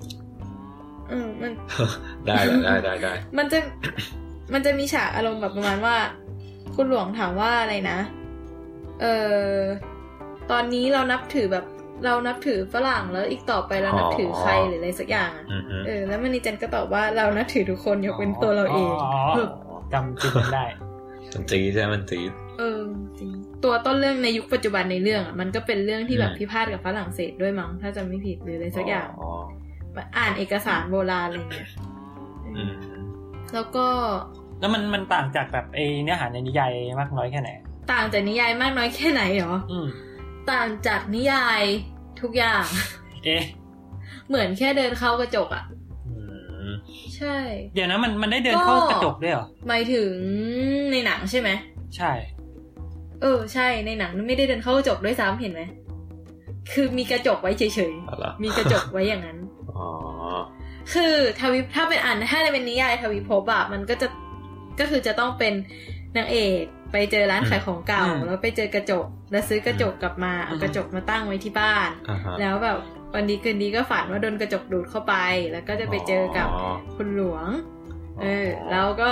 E: เออมัน
G: ได้แหละได้ได้ได้
E: มันจะ มันจะมีฉากอารมณ์แบบประมาณว่า คุณหลวงถามว่าอะไรนะ เออตอนนี้เรานับถือแบบ เรานับถือฝรั่งแล้วอีกต่อไปเรานับถือใคร
G: อ๋อ
E: หรืออะไรสักอย่างอะ
G: อืมอืม
E: เออ แล้วมันนีจันก็ตอบว่าเรานับถือทุกคนยกเว้นตัวเราเอง
B: อ๋อ
E: เออ
B: จำชื่อมันได้
G: มันจีดใช่ไหมมันจีด
E: เออจริงตัวต้นเรื่องในยุคปัจจุบันในเรื่องอะมันก็เป็นเรื่องที่แบบ
G: อืม
E: พิพาทกับฝรั่งเศสด้วยมั้งถ้าจำไม่ผิดหรืออะไรสักอย่าง
G: อ๋อ
E: อ่านเอกสารโบราณอะไรอย่างเงี้ย
G: อืม
E: แล้วก็
B: แล้วมันมันต่างจากแบบไอเนื้อหาในนิยายมากน้อยแค่ไหน
E: ต่างจากนิยายมากน้อยแค่ไหนเหรอ
B: อืม
E: ต่างจากนิยายทุกอย่าง
B: เอ๊ะ
E: เหมือนแค่เดินเข้ากระจกอะ
G: อืม
E: ใช่
B: เดี๋ยวนะมันมันได้เดินเข้ากระจกด้วยเหรอ
E: หมายถึงในหนังใช่ไหม
B: ใช่
E: เออใช่ในหนังไม่ได้เดินเข้ากระจกด้วยซ้ำเห็นไหมคือมีกระจกไว้เฉย
G: เอาละ
E: ๆมีกระจกไว้อย่างนั้น
G: อ๋อ
E: คือทวิถ้าเป็นอ่านถ้าเป็นนิยายทวิภพอะมันก็จะก็คือจะต้องเป็นนางเอกไปเจอร้านขายของเก่า
B: อืม
E: แล้วไปเจอกระจก แล้วซื้อกระจกกลับมาเอา
B: อืม
E: กระจกมาตั้งไว้ที่บ้าน
G: อ่าฮะ
E: แล้วแบบวันดีคืนดีก็ฝันว่าโดนกระจกดูดเข้าไป แล้วก็จะไปเจอกับ
G: อ๋อ
E: คุณหลวง เออ แล้วก็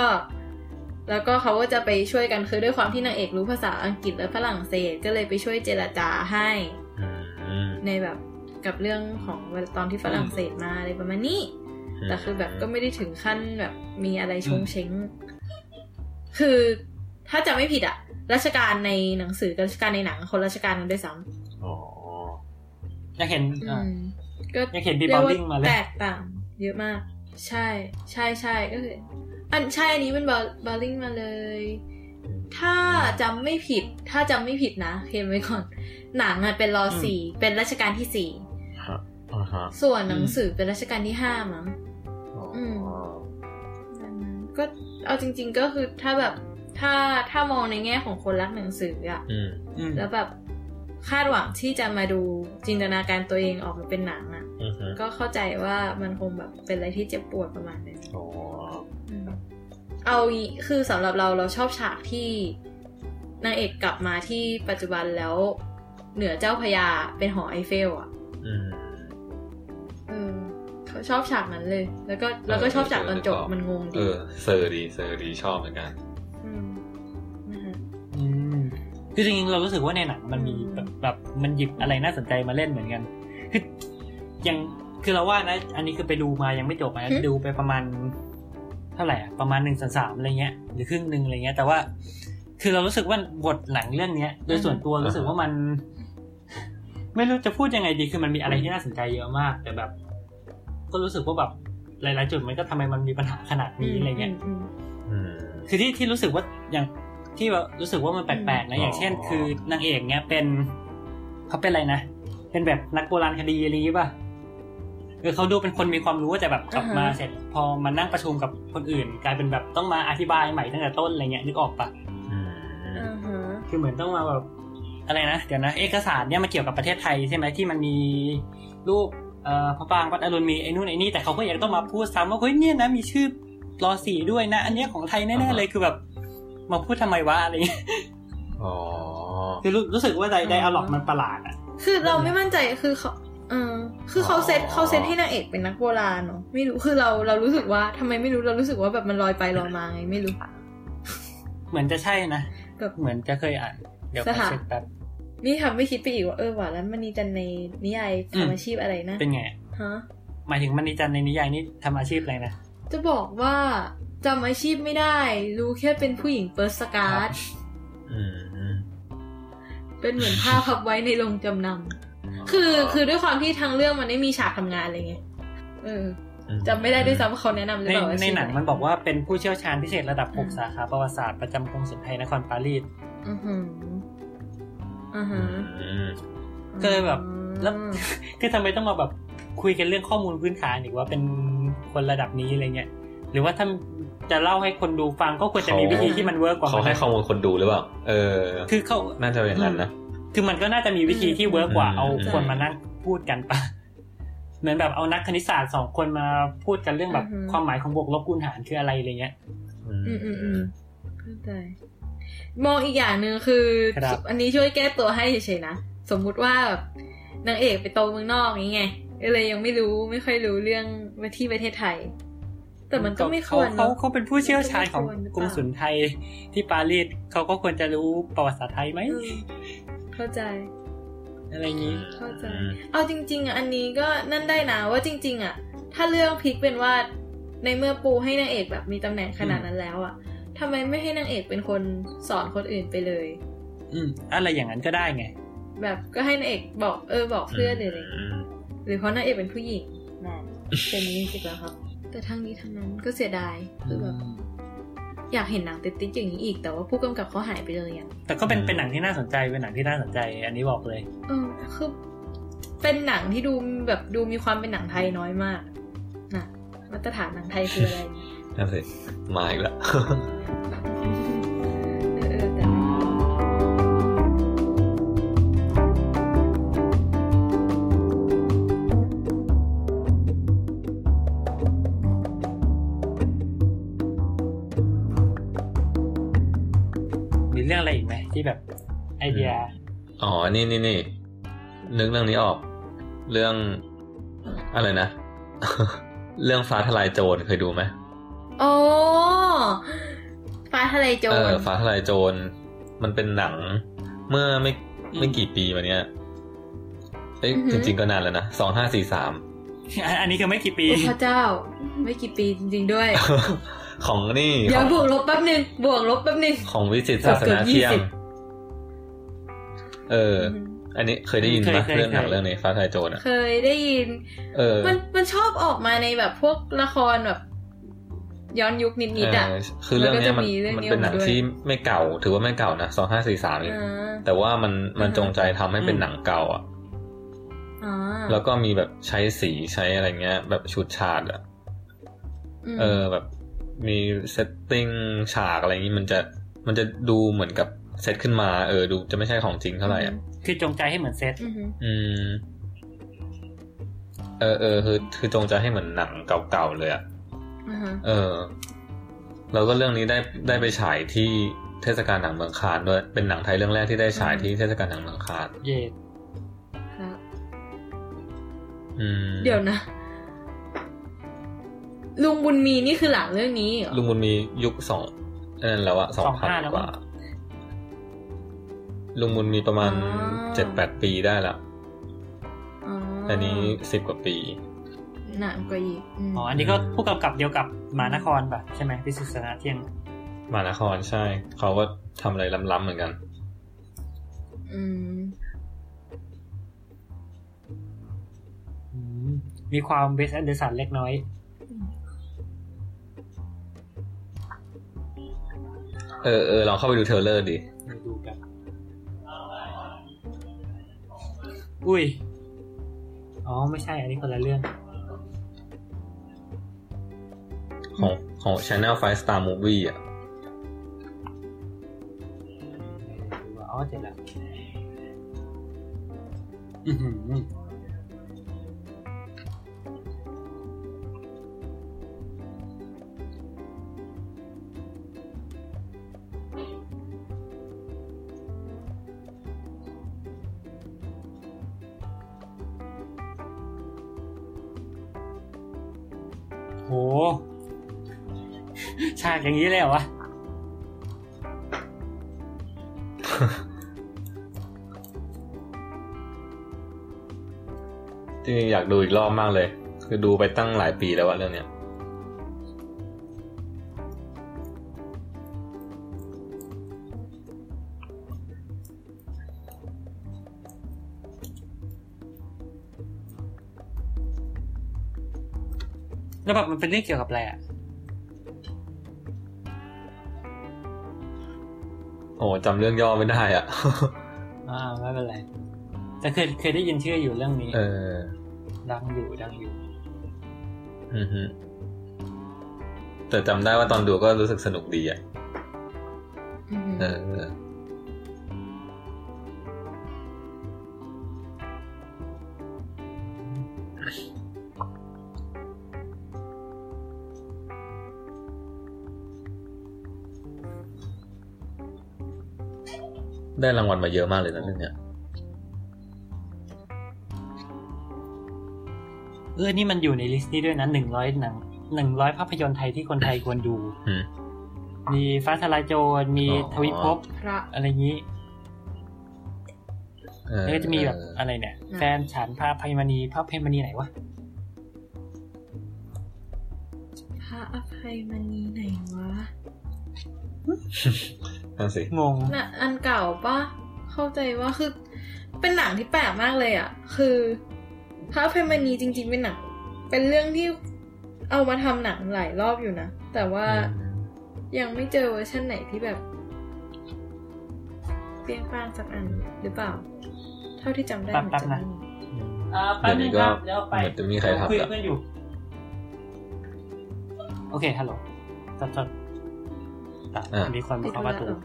E: แล้วก็เขาก็จะไปช่วยกันคือด้วยความที่นางเอกรู้ภาษาอังกฤษและฝรั่งเศสก็เลยไปช่วยเจรจาให้
G: อืม
E: ในแบบกับเรื่องของตอนที่ฝรั่งเศสมาอะไรประมาณนี้แต่คือแบบก็ไม่ได้ถึงขั้นแบบมีอะไรชงเชงคือถ้าจะไม่ผิดอะรัชการในหนังสือกับรัชการในหนังคนรัชการกันด้วยซ้
G: อ๋อ
B: ยังเห็น
E: ำอื
B: อ่ะ
E: มก็
B: ยังเห็นบี
E: เรี
B: บอย ล
E: กว่า
B: ลิงมาเล
E: แต
B: ย
E: กต่างเยอะมาก ใช่ใช่ใช่ก็คืออันใช่อันนี้เป็นบอลบอลลิงมาเลย ถ้าจำไม่ผิด ถ้าจำไม่ผิดนะเคลมไว้ก่อน หนังอะเป็นรอสี่เป็นรัชกาลที่สี่
G: อ่าฮะ
E: ส่วนหนังสือเป็นรัชกาลที่ห้ามั้ง อืม ดังนั้นก็เอาจริง ๆก็คือถ้าแบบถ้าถ้ามองในแง่ของคนรักหนังสืออะ
G: อืม
B: อืม
E: แล้วแบบคาดหวังที่จะมาดูจินตนาการตัวเองออกมาเป็นหนังอะ
G: อืม
E: ก็เข้าใจว่ามันคงแบบเป็นอะไรที่เจ็บปวดประมาณนึง
G: อ๋อ
E: เอางี้คือสำหรับเราเราชอบฉากที่นางเอกกลับมาที่ปัจจุบันแล้ว เหนือเจ้าพระยาเป็นหอไอเฟลอ่ะ
G: อืม
E: เออเขาชอบฉากนั้นเลย แล้วก็แล้วก็ชอบฉากตอนจบ
G: เออ
E: มันงง
G: เอ
E: ดี
G: อเซอร์ดีเซอร์ดีชอบเหมือนกัน
E: มนะคะ
B: อืมคือจริงๆเรารู้สึกว่าในหนังมันมีแบบแบบมันหยิบอะไรน่าสนใจมาเล่นเหมือนกันคือยังคือเราว่านะ อันนี้คือไปดูมายังไม่จบนะดูไปประมาณเท่าไหร่อะประมาณหนึ่งส่วนสามอะไรเงี้ยหรือครึ่งหนึ่งอะไรเงี้ย แต่ว่า คือเรารู้สึกว่าบทหนังเรื่องเนี้ย โดยส่วนตัวรู้สึกว่ามัน ไม่รู้จะพูดยังไงดีคือมันมีอะไรที่น่าสนใจเยอะมาก แต่แบบ ก็รู้สึกว่าแบบหลาย ๆ จุดมันก็ทำไมมันมีปัญหาขนาดนี้อะไรเงี้ย
E: อืม
G: อืม
B: คือที่ที่รู้สึกว่าอย่างที่แบบรู้สึกว่ามันแปลกๆนะอย่างเช่น
G: อ๋อ
B: คือนางเอกเนี้ยเป็นเขาเป็นอะไรนะเป็นแบบนักโบราณคดีอะไรอย่างงี้ป่ะเออเขาดูเป็นคนมีความรู้แต่แบบกลับมา
E: อ่าฮะ
B: เสร็จ พอมานั่งประชุมกับคนอื่น กลายเป็นแบบต้องมาอธิบายใหม่ตั้งแต่ต้นอะไรเงี้ยนึกออกปะ
G: อืม
E: อืมอ่าฮะ
B: คือเหมือนต้องมาแบบอะไรนะเดี๋ยวนะเอกสารเนี่ยมันเกี่ยวกับประเทศไทยใช่ไหมที่มันมีรูปเอ่อพระปรางวัดอรุณมีไอ้นู่นไอ้นี่แต่เขาก็ยังต้องมาพูดซ้ำว่าเฮ้ยเนี่ยนะมีชื่อรอสีด้วยนะ อันเนี้ยของไทยแน่ๆเลยคือแบบมาพูดทำไมวะอะไรเงี้ย
G: อ๋อ
B: คือรู้รู้สึกว่าไดไดอะล็อกมันประหลาดอ่ะ
E: คือเราไม่มั่นใจคือเขาเออคือเขาเซตเขาเซตให้นางเอกเป็นนักโบราณเนาะไม่รู้คือเราเรารู้สึกว่าทำไมไม่รู้เรารู้สึกว่าแบบมันลอยไปลอยมาไงไม่รู้
B: เหมือนจะใช่นะ
E: แบบ
B: เหมือนจะเคยอ่าน เดี๋ยวขอเช็คแป๊บ
E: นี่ทำไม่คิดไปอีกว่าเออหวานแล้วมันนีจันในนิยาย
B: อืม
E: ทำอาชีพอะไรนะ
B: เป็นไง
E: ฮะ
B: หมายถึงมณีจันทร์ในนิยายนี่ทำอาชีพอะไรนะ
E: จะบอกว่าจำอาชีพไม่ได้ รู้แค่เป็นผู้หญิงเปิร์สการ์ด
D: อืม
E: เป็นเหมือนผ้าพับไว้ในโรงจำนำคือคือด้วยความที่ทางเรื่องมันไม่มีฉากทำงานอะไรเงี้ยเออจำไม่ได้ด้วยซ้ำว่าเขาแนะนำหรือ
B: ใน
E: เปล่าว่า
B: ใน
E: ชื่อ
B: หนังมันบอกว่าเป็นผู้เชี่ยวชาญพิเศษระดับ 6 สาขาประวัติศาสตร์ประจำกรุงศรีไทยนครปารีส
E: อือหืออือหือ
D: อืม
B: ก็เลยแบบ แล้ว คือทำไมต้องมาแบบคุยกันเรื่องข้อมูลพื้นฐานอีกว่าเป็นคนระดับนี้อะไรเงี้ย หรือว่าถ้าจะเล่าให้คนดูฟังก็ควรจะมีวิธีที่มันเวิร์กกว่า
D: เขาให้ข้อมูลคนดูหรือเปล่า เออ
B: คือเขา
D: น่าจะเป็นอย่างนั้นนะ
B: คือมันก็น่าจะมีวิธีที่เวิร์กกว่า
D: อืม
B: เอาคนมานั่งพูดกันปะเหมือนแบบเอานักคณิตศาสตร์สองคนมาพูดกันเรื่องแบบความหมายของบวกลบคูณหารคืออะไรอะไรเงี้ย
E: อืมอืมอืมเข้าใจมองอีกอย่างหนึ่งคือ
B: ครับ
E: อันนี้ช่วยแก้ตัวให้เฉยๆนะ สมมุติว่าแบบนางเอกไปโตเมืองนอกอย่างเงี้ยไงก็เลยยังไม่รู้ไม่ค่อยรู้เรื่องมาที่ประเทศไทย แต่มันก็ไม่ควร
B: เขา
E: เนาะ
B: เขาเป็นผู้เชี่ยวชาญของ
E: มันก็ไม่ค
B: ก
E: วรหรือเปล่า
B: รุงศุลไทยที่ปารีสเขาก็ควรจะรู้ประวัติศาสตร์ไทยไหม
E: เออเข้าใจ
B: อะไรอย่างนี้
E: เข้าใจ เอาจริง ๆอ่ะอันนี้ก็นั่นได้นะว่าจริง ๆ อ่ะ ถ้าเรื่องพลิกเป็นว่าในเมื่อปูให้นางเอกแบบมีตำแหน่งขนาดนั้นแล้วอ่ะทำไมไม่ให้นางเอกเป็นคนสอนคนอื่นไปเลย
B: อืมอะไรอย่างนั้นก็ได้ไง
E: แบบก็ให้นางเอกบอกเออบอกเพื่อนหรืออะไรอย่างเงี้ย
D: ม
E: หรือเพราะนางเอกเป็นผู้หญิงนั่นเป็นมิวสิกแล้วครับ แต่ทั้งนี้ทั้งนั้นก็เสียดายคือแบบอยากเห็นหนังติดๆอย่างนี้อีก แต่ว่าผู้กำกับเขาหายไปเลยอ่ะ
B: แต่ก็เป็นเป็นหนังที่น่าสนใจเป็นหนังที่น่าสนใจ อันนี้บอกเลย
E: เออคือเป็นหนังที่ดูแบบดูมีความเป็นหนังไทยน้อยมากนะมาตรฐานหนังไทยคืออะไร
D: นั่นสิมาอีกแล้ว
E: เออเออแต่
B: มีเรื่องอะไรอีกไหมที่แบบไอเดีย
D: อ๋อ นี่นี่นี่นึกเรื่องนี้ออก เรื่องอะไรนะ เรื่องฟ้าทลายโจรเคยดูไหม
E: โอ้ฟ้าทะเลโจ
D: เออ
E: ร
D: ฟ้าทลายโจรมันเป็นหนัง เมื่อไม่
B: อืม
D: ไม่กี่ปีมาเนี้ยเอ้ยจริง ๆ ก็นานแล้วนะสองห้าสี่สาม
B: อันอันนี้คือไม่กี่ปี
E: โอ้พระเจ้า ไม่กี่ปีจริง ๆ ด้วย
D: ของนี่
E: เดี๋
D: ข
E: ยว
D: อง
E: บวกลบแป๊บนึงบวกลบแป๊บนึง
D: ของวิจิตรศาสนาเที่ยง
E: เกือบ
D: เออ อันนี้เคยได้ยิน
B: เคย
D: ไหม
B: เคย
D: เรื่องหนัง
B: เคย
D: เรื่องนี้ฟ้าทลายโจรอะ
E: เคยได้ยิน
D: เออ
E: มันมันชอบออกมาในแบบพวกละครแบบ ย้อนยุคนิดๆอ่ะ
D: เคือเรื่องเนี้ยมัน
E: มันก็จะมีเรื่อง
D: มัน
E: นี้
D: เป็นหนัง
E: ออกมาด้วย
D: ที่ไม่เก่า ถือว่าไม่เก่านะสองห้าสี่สาม
E: อ่า
D: แต่ว่ามันมันจงใจทำให้เป็นหนังเก่าอ่ะ
E: อ่า
D: แล้วก็มีแบบใช้สีใช้อะไรเงี้ย แบบชุดฉากอ่ะ
E: ม
D: เออแบบมีเซตติ้งฉากอะไรอย่างงี้มันจะมันจะดูเหมือนกับเซตขึ้นมาเออดูจะไม่ใช่ของจริงเท่าไหร่อ่ะ
B: คือจงใจให้เหมือนเซต
E: อือหือ
D: อืม เออเออคือคือจงใจให้เหมือนหนังเก่าๆเลยอ่ะ
E: อือหือ
D: เออ แล้วก็เรื่องนี้ได้ได้ไปฉายที่เทศกาลหนังเมืองคานด้วย เป็นหนังไทยเรื่องแรกที่ได้ฉายที่เทศกาลหนังเมืองคาน
B: เย่
E: ครับ
D: อืม
E: เดี๋ยวนะ ลุงบุญมีนี่คือหลังเรื่องนี้เหรอ
D: ลุงบุญมียุคสองนั่นแล้วอะสองพันกว่า ลุงบุญมีประมาณเจ็ดแปดปีได้ละ
E: อ๋อ
D: อั
E: อั
D: นนี้สิบกว่าปี
E: หนังกว่าอีกม
B: อ๋ออันนี้ก็ผู้กำกับเดียวกับหมานครป่ะใช่ไหมพิสุทธิ์ศาสนาเที่ยง
D: มานครใช่ เขาก็ทำอะไรล้ำๆเหมือนกัน
E: อืม
B: อืมมีความเวสแอนเดอร์สันเล็กน้อย
D: เออเออลองเข้าไปดูเทรลเลอร์ดิ
B: ดูแบบอุ้ย อ๋อ ไม่ใช่ อันนี้คนละเรื่อง
D: ของของ Channel 5 Star Movie อ่ะ
B: อ๋อเจ็บแล้วอื้อหือโห ฉากอย่างนี้เลยเหรอวะ
D: จริงๆอยากดูอีกรอบมากเลย คือดูไปตั้งหลายปีแล้วอะเรื่องเนี้ย
B: แล้วแบบมันเป็นเรื่องเกี่ยวกับอะไรอ่ะ
D: โอ้จำเรื่องย่อไม่ได้อ่ะ
B: อ่าไม่เป็นไร แต่เคยเคยได้ยินชื่ออยู่เรื่องนี้
D: เออ
B: ดังอยู่ดังอยู่
D: อือฮึแต่จำได้ว่าตอนดูก็รู้สึกสนุกดีอ่ะ
E: อืม
D: เออ ได้รางวัลมาเยอะมากเลยนะเรื่องเนี้ย
B: เออ นี่มันอยู่ในลิสต์นี้ด้วยนะหนึ่งร้อยหนังหนึ่งร้อยภาพยนตร์ไทยที่คนไทยควรดู
D: อืม
B: มีฟ้าทลายโจร มี
D: อ๋อ
B: ทวิภพ
E: พระ
B: อะไรอย่างนี้
D: เออ
B: แล้วก็จะมีแบบอะไรเนี่ย
E: อืม
B: แฟนฉันภาพไพมณีภาพไพมณีไหนวะ
E: พระอภัยมณีไหนวะ
D: นั่นสิ
B: งง
E: น่ะอันเก่าปะเข้าใจว่าคือ เป็นหนังที่แปลกมากเลยอ่ะ คือพระอภัยมณีจริง ๆ เป็นหนัง เป็นเรื่องที่เอามาทำหนังหลายรอบอยู่นะ แต่ว่ายังไม่เจอเวอร์ชันไหนที่แบบเปรี้ยงปร้างสักอันหรือเปล่า เท่าที่จำได้
B: แป๊บ
E: มัน
B: แป๊บ
E: จะ
B: นะ
E: ไม่มี
B: อ่า
D: แป๊บนึงครับเดี๋ยวไปเดี๋ยวจะมีใครทำละ
B: คุยกับเพื่อนอยู่ โอเค ฮัลโหลจดจดอ่ะ
D: อ่ะ
B: มีคนมาเคาะประตู
E: ติดธุระเหรอ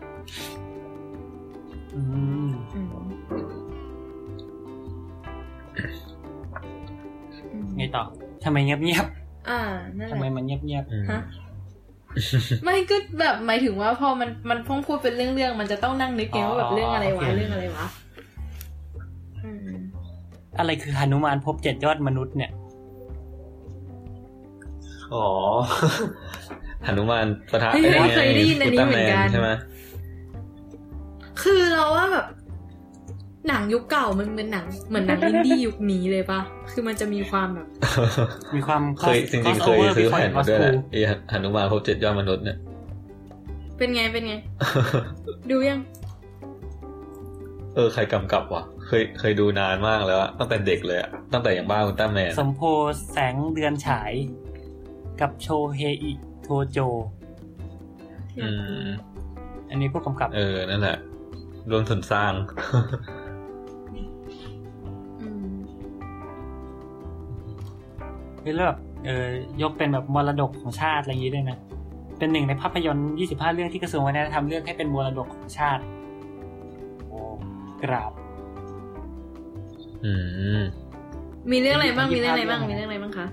B: อืม
E: อืมอืม
B: ไงต่อทำไมเงียบเงียบ
E: อ่านั่
B: ๆ
E: นแห
B: ทำไม
E: ละ
B: มันเงียบเงียบ
D: อืม
E: ฮะ ไม่ก็แบบหมายถึงว่าพอมันมันพ้องพูดเป็นเรื่องๆมันจะต้องนั่งนึกไงว่าแบบเรื่องอะไรวะเรื่องอะไรวะอืม
B: ๆอะไรคือหนุมานพบเจ็ดยอดมนุษย์เนี่ย
D: อ๋อ หนุมานประทะ
E: เฮ้ย
D: อ้
E: เคยได้ยินอันนี้
D: อุลต
E: เห
D: ร้า
E: มื
D: แ
E: อนกัน
D: ใช่ไหม
E: คือเราว่าแบบ หนังยุคเก่ามันเป็นหนัง เหมือนหนังอินดี้ยุคนี้เลยปะคือมันจะมีความแบบ
B: มีความ
D: เคย
B: cross-
D: จริงๆ เคย
B: crossover
D: ซื้อ
B: before
D: แผ่น
B: it
D: มา
B: was
D: ด้วยแหละ
B: cool
D: ไอ้หนุมานพบเจ็ดยอดมนุษย์เนี่ย
E: เป็นไงเป็นไง ดูยัง
D: เออ ใครกำกับวะเคยเคยดูนานมากแล้วอะตั้งแต่เด็กเลยอะตั้งแต่อย่างบ้าอุลตร้าแมน
B: สมโพแสงเดือนฉาย กับโชเฮอิโทโจ
D: อืม
B: อันนี้ผู้กำกับ
D: เออ นั่นแหละ รวมทุนสร้าง
E: อืม
B: คือแล้วแบบเออยกเป็นแบบมรดกของชาติอะไรอย่างนี้ด้วยนะ เป็นหนึ่งในภาพยนตร์ 25 เรื่องที่กระทรวงวัฒนธรรมเลือกให้เป็นมรดกของชาติ โอ้กราบ
D: อืม
E: มีเรื่องอะไรบ้างมีเรื่องอะไรบ้าง
B: ยี่
E: มี
B: สิบห้า
E: เรื่องอะไรบ้างคะ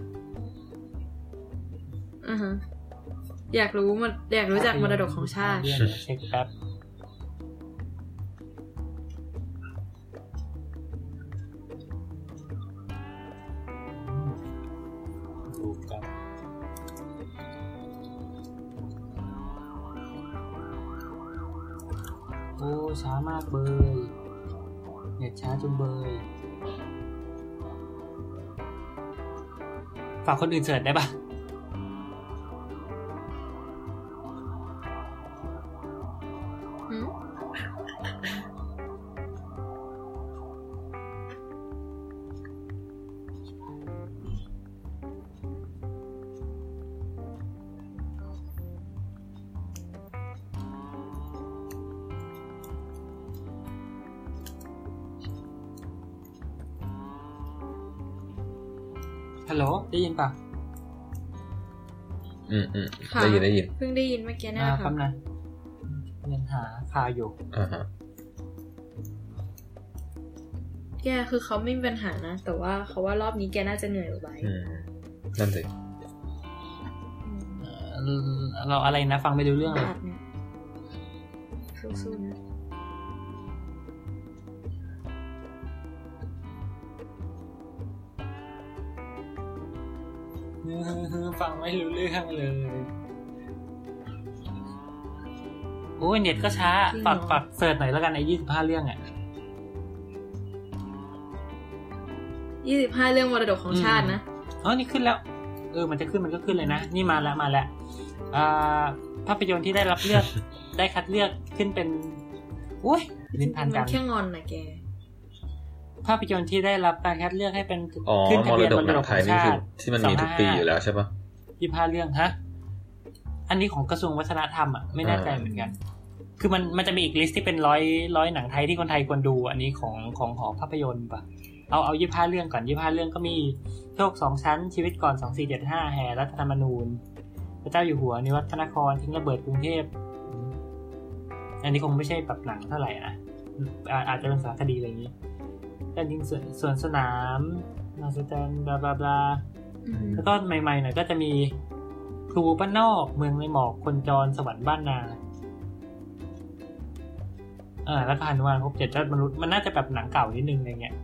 E: อือฮะอยากรู้มันอยากรู้จักมรดกของชาติ
B: เช็คแป๊บดูกันโอ้ช้ามากเบยเน็ตช้าจนเบยฝากคนอื่นเสิร์ชได้ปะ
E: อืม
B: ฮัลโหล ได้ยินปะ
D: อืมอืม
E: ค่ะ
D: ได้ยินได้ยิน
E: เพิ่งได้ยินเมื่อกี้เนย
B: อ่า
E: นะ
B: ค
E: คะ
B: รับนะยังหาคาอยู่
D: อ่าฮะ
E: แกคือเขาไม่มีปัญหานะ แต่ว่าเขาว่ารอบนี้แกน่าจะเหนื่อยกว่าไบร์ท
D: อืม นั่นสิ
B: เอ่อเราอะไรนะ ฟังไม่รู้เรื่องเลย
E: อัดเนี่ยสู้ๆนะ
B: ฟังไม่รู้เรื่องเลย โอ้ยเน็ตก็ช้าฝากฝากเสิร์ชหน่อยแล้วกันในยี่สิบห้าเรื่องอ่ะ
E: ยี่สิบห้าเรื่องมรดกของชาตินะ
B: อ๋อนี่ขึ้นแล้ว เออ มันจะขึ้นมันก็ขึ้นเลยนะ นี่มาแล้วมาแล้วอ่าภาพยนตร์ที่ได้รับเลือก ได้คัดเลือกขึ้นเป็นอุ้ยลิ้นพัน
E: มั
B: กัน
E: นแค่งอนนะแก
B: ภาพยนตร์ที่ได้รับการคัดเลือกให้เป็น
D: อ๋อ
B: ขึ้น
D: ม
B: ทะ
D: ร
B: เบียน
D: ด
B: ม
D: ก
B: ร
D: หนั
B: ด
D: ง
B: ก
D: ไท
B: แห่
D: ย
B: ง
D: นี่
B: ชา
D: คือ
B: ติ
D: ที่มันมีทุกปีอยู่แล้วใช่ปะ
B: ยี่ห้าเรื่องฮะอันนี้ของกระทรวงวัฒนธรรมอ่ะไม่แน่ใจ
D: อ่า
B: เหมือนกัน คือมันมันจะมีอีกลิสต์ที่เป็นร้อยร้อยหนังไทยที่คนไทยควรดู อันนี้ของของหอภาพยนตร์ปะเอาเอายี่ห้าเรื่องก่อนยี่ห้าเรื่องก็มีโชคสองชั้นชีวิตก่อนสองสี่เจ็ดห้าแห่รัฐธรรมนูญ พระเจ้าอยู่หัวนิวัฒนครทิ้งระเบิดกรุงเทพอืมอันนี้คงไม่ใช่แบบหนังเท่าไหร่นะอาอาจจะเป็นสารคดีอะไรอย่างนี้แต่จริงส่วนส่วนสนามนาสแตนบลาบลาบลา แล้วก็ใหม่ๆหน่อยก็จะมีครูบ้านนอกเมืองในหมอกคนจรสวรรค์บ้านนาอ่าแล้วก็หันวานพบเจ็ดยอดมนุษย์มันน่าจะแบบหนังเก่านิดนึงอะไรเงี้ย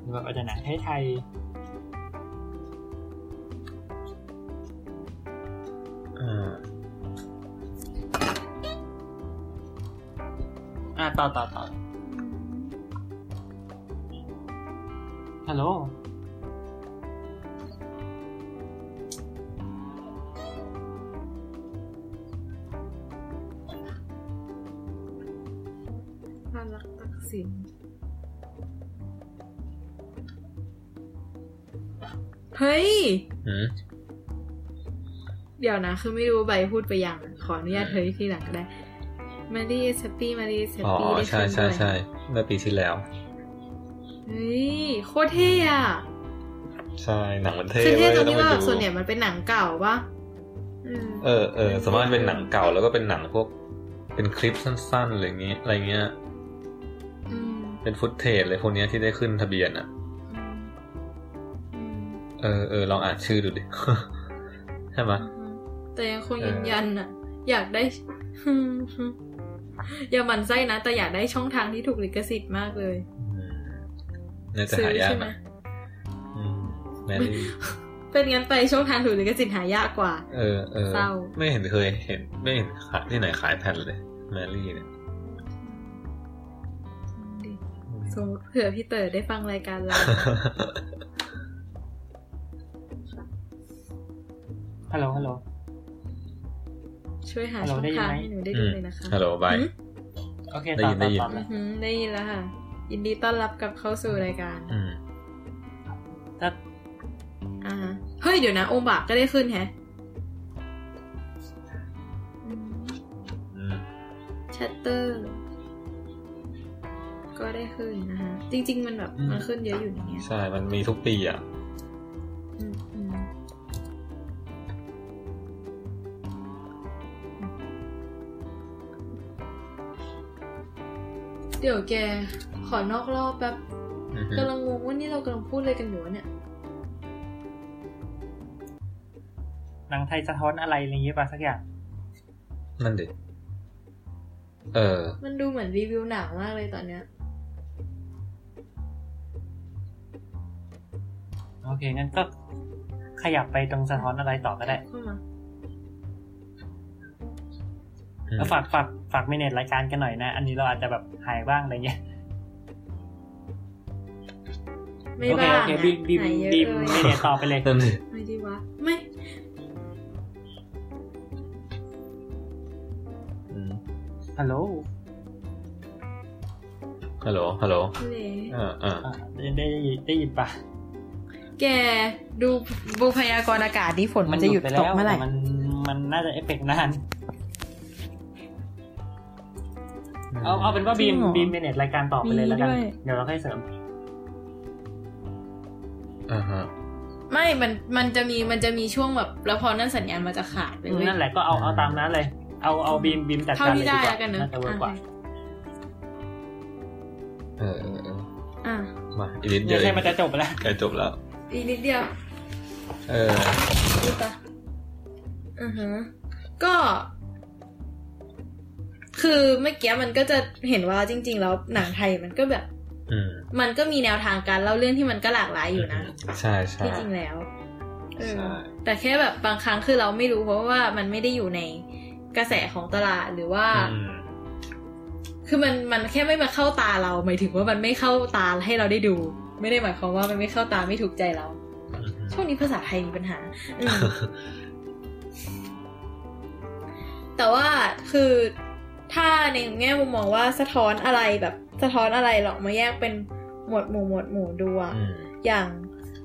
B: หรือแบบอาจจะหนังไทย
D: อ่า
B: ๆอ่าต่อต่อต่อฮัลโหล
E: พารักตักสินเฮ้ย
D: อืม
E: เดี๋ยวนะ คือไม่รู้ใบพูดไปอย่าง ขออนุญาตเฮ้ยที่หลังก็ได้มารีสปี้มารีส
D: อ๋อ
E: ปี้ได้
D: ใช่
E: ขึ้น
D: ใช่
E: ด้วย
D: ใช่เมื่อปีที่แล้ว
E: เฮ้ย โคตรเท่อะ
D: ใช่หนังมันเท่
E: คือเท่
D: ย
E: ตร
D: ต้
E: ง
D: อ
E: ที่
D: งไป
E: ว่า
D: ดู
E: ส่วนใหญ่มันเป็นหนังเก่าปะอืม
D: เออเออสามารถเป็นหนังเก่าแล้วก็เป็นหนังพวก เป็นคลิปสั้นๆอะไรเงี้ยอะไรเงี้ย
E: อืม
D: เป็นฟุตเทจอะไรพวกเนี้ยที่ได้ขึ้นทะเบียนอ่ะ
E: อืม
D: เออเออลองอ่านชื่อดูดิ ใช่ไหมย
E: แต่ยังคง
D: เออ
E: ยืนยันอะอยากได้ อย่าหมันไส้นะ แต่อยากได้ช่องทางที่ถูกลิขสิทธิ์มากเลย
D: อืมน่าจะ
E: ซื้อย
D: หาาก
E: ใช่ไหม
D: นะอืมแมรี่
E: เป็นงั้นไปช่องทางถูกลิขสิทธิ์หายากกว่า
D: เออเออ
E: เศร้า
D: ไม่เห็นเคยเห็น ไม่เห็นขายที่ไหนขายแผ่นเลย แมรี่เนี่ย
E: สมมติเผื่อพี่เต๋อได้ฟังรายการ เรา
B: ฮัลโหลฮัลโหล
E: ช่วยหา
B: เรา
E: ช่อง
B: ได้ยิน
E: ทาง
B: ไหม
E: ให้หนูได้
D: อื
E: ดู
D: ม
E: เลยนะคะ
D: ฮัลโหลบาย
E: หืม
B: โอเค
D: ได้
B: ต่อ
D: ยินได้
B: ต่อ
D: ยิน
B: ต่อ
E: อื้อหือได้ยินแล้วค่ะ ยินดีต้อนรับกลับเข้าสู่รายการ
D: อืม
B: ถ้า
E: อ่าฮะเฮ้ยเดี๋ยวนะองค์บากก็ได้ขึ้นแฮะ
D: อืม
E: ชัตเตอร์ ก็ได้ขึ้นนะคะ จริง ๆ มันแบบมันขึ้นเยอะอยู่ในเนี้ย
D: ใช่มันมีทุกปีอ่ะ
E: อืมอืมเดี๋ยวแกขอนอกรอบแป๊บ
D: อือฮึ
E: กำลังงงว่านี่เรากำลังพูดอะไรกันอยู่วะเนี่ย
B: หนังไทยสะท้อนอะไรอะไรอย่างเงี้ยป่ะสักอย่าง
D: นั่นดิเออ
E: มันดูเหมือนรีวิวหนังมากเลยตอนเนี้ย
B: โอเคงั้นก็ขยับไปตรงสะท้อนอะไรต่อก็ได้
E: เข้ามา
D: อืม
B: แล้วฝากฝากฝากเมเนจรายการกันหน่อยนะ อันนี้เราอาจจะแบบหายบ้างอะไรเงี้ย
E: ไม่
B: โอเค
E: บ้า
B: โอง เค
E: นะ
B: บีมบีม
E: ไหนเยอะ
B: บีม
E: เล
B: เม
E: ย
B: เนจต่อไปเลย
D: นั่นดิ
E: ไม่ดีวะ ไม่
D: อืม
B: ฮัลโหล
D: ฮัลโหลฮัลโหล
E: เล
D: อ่าอ่า
B: อ่าได้ได้ได้ได้ยินปะ
E: แกดูบูพยากรณ์อากาศนี่ฝนมันจะหยุดตกเมื่อไหร่
B: แต่มันมันน่าจะเอฟเฟกต์นานเอาเอาเป็นว่าบีม
E: จริงเหรอ
B: บีมเมเนจรายการต่อไปเลยแล้วกัน
E: มีด้วย
B: เดี๋ยวเราค่อยเสริม
D: อ่าฮะ
E: ไม่ มัน มันจะมี มันจะมีช่วงแบบ แล้วพอนั่นสัญญาณมันจะขาดไปเว้ย
B: นั่นแหละก็เอาเอาตามนั้นเลย เอาเอาบีมบีมจัด
E: เท่า
B: การ
E: ที่
B: เลยดีก
E: ได้
B: ว่า
E: แล้วกันเนอะ
B: น่าจะเวิร์กกว่า
D: เออเออเออ
E: อ่ะ
D: มาอีกนิดเดี
B: เดี๋
D: ย
B: ยว ว
D: เอ
B: ใช่
D: ง
B: มันจะจบแล้ว
D: ใกล้จบแล้ว
E: อีกนิดเดียว
D: เออ
E: ดูปะอือฮะก็ คือเมื่อกี้มันก็จะเห็นว่าจริง ๆ แล้วหนังไทยมันก็แบบ
D: อืม
E: มันก็มีแนวทางการเล่าเรื่องที่มันก็หลากหลายอยู่นะ
D: ใช่ใช่
E: ที่จริงแล้วเออ
D: ใช่
E: แต่แค่แบบบางครั้งคือเราไม่รู้เพราะว่ามันไม่ได้อยู่ในกระแสของตลาดหรือว่า
D: อืม
E: คือมันมันแค่ไม่มาเข้าตาเราหมายถึงว่ามันไม่เข้าตาให้เราได้ดู ไม่ได้หมายความว่ามันไม่เข้าตาไม่ถูกใจเรา ช่วงนี้ภาษาไทยมีปัญหาอื ม แต่ว่าคือถ้าในแง่มุมมองว่าสะท้อนอะไรแบบสะท้อนอะไรหรอกมาแยกเป็นหมวดหมู่หมวดหมู่ดูอะ
D: อืม
E: อย่าง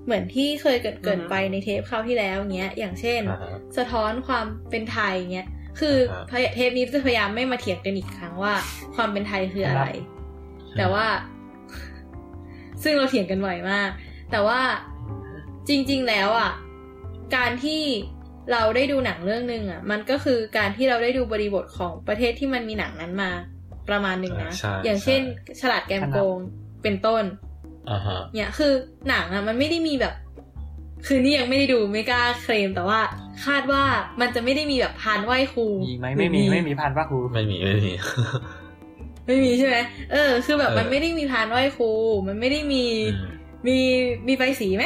E: เหมือนที่เคยเกิดเกิด
B: อือฮะ
E: ไปในเทปคราวที่แล้วเงี้ย อย่างเช่น
D: อ่าฮะ
E: สะท้อนความเป็นไทยเงี้ย คือ
D: ครับ
E: พยเทปนี้จะพยายามไม่มาเถียงกันอีกครั้งว่า ความเป็นไทยคืออะไร
D: ช่
E: แต่ว่า ซึ่งเราเถียงกันบ่อยมาก แต่ว่าจริง ๆ แล้วอ่ะ การที่เราได้ดูหนังเรื่องหนึ่งอ่ะ มันก็คือการที่เราได้ดูบริบทของประเทศที่มันมีหนังนั้นมาประมาณหนึ่งนะ
D: ใช่ใช่
E: อย่างเช่น ฉลาดแกมโกงเป็นต้น
D: อ่าฮะ
E: เนี่ยคือหนังอะมันไม่ได้มีแบบ คือนี่ยังไม่ได้ดูไม่กล้าเคลมแต่ว่า คาดว่ามันจะไม่ได้มีแบบพานไหว้ครู
B: มีไหมไม่มีไม่มีพันว่าครู
D: ไม่มีไม่มี
E: ไม่มีใช่ไหมเออ คือแบบ
D: เออ
E: มันไม่ได้มีพานไหว้ครูมันไม่ได้มี
D: อืม
E: มีมีใบสีไหม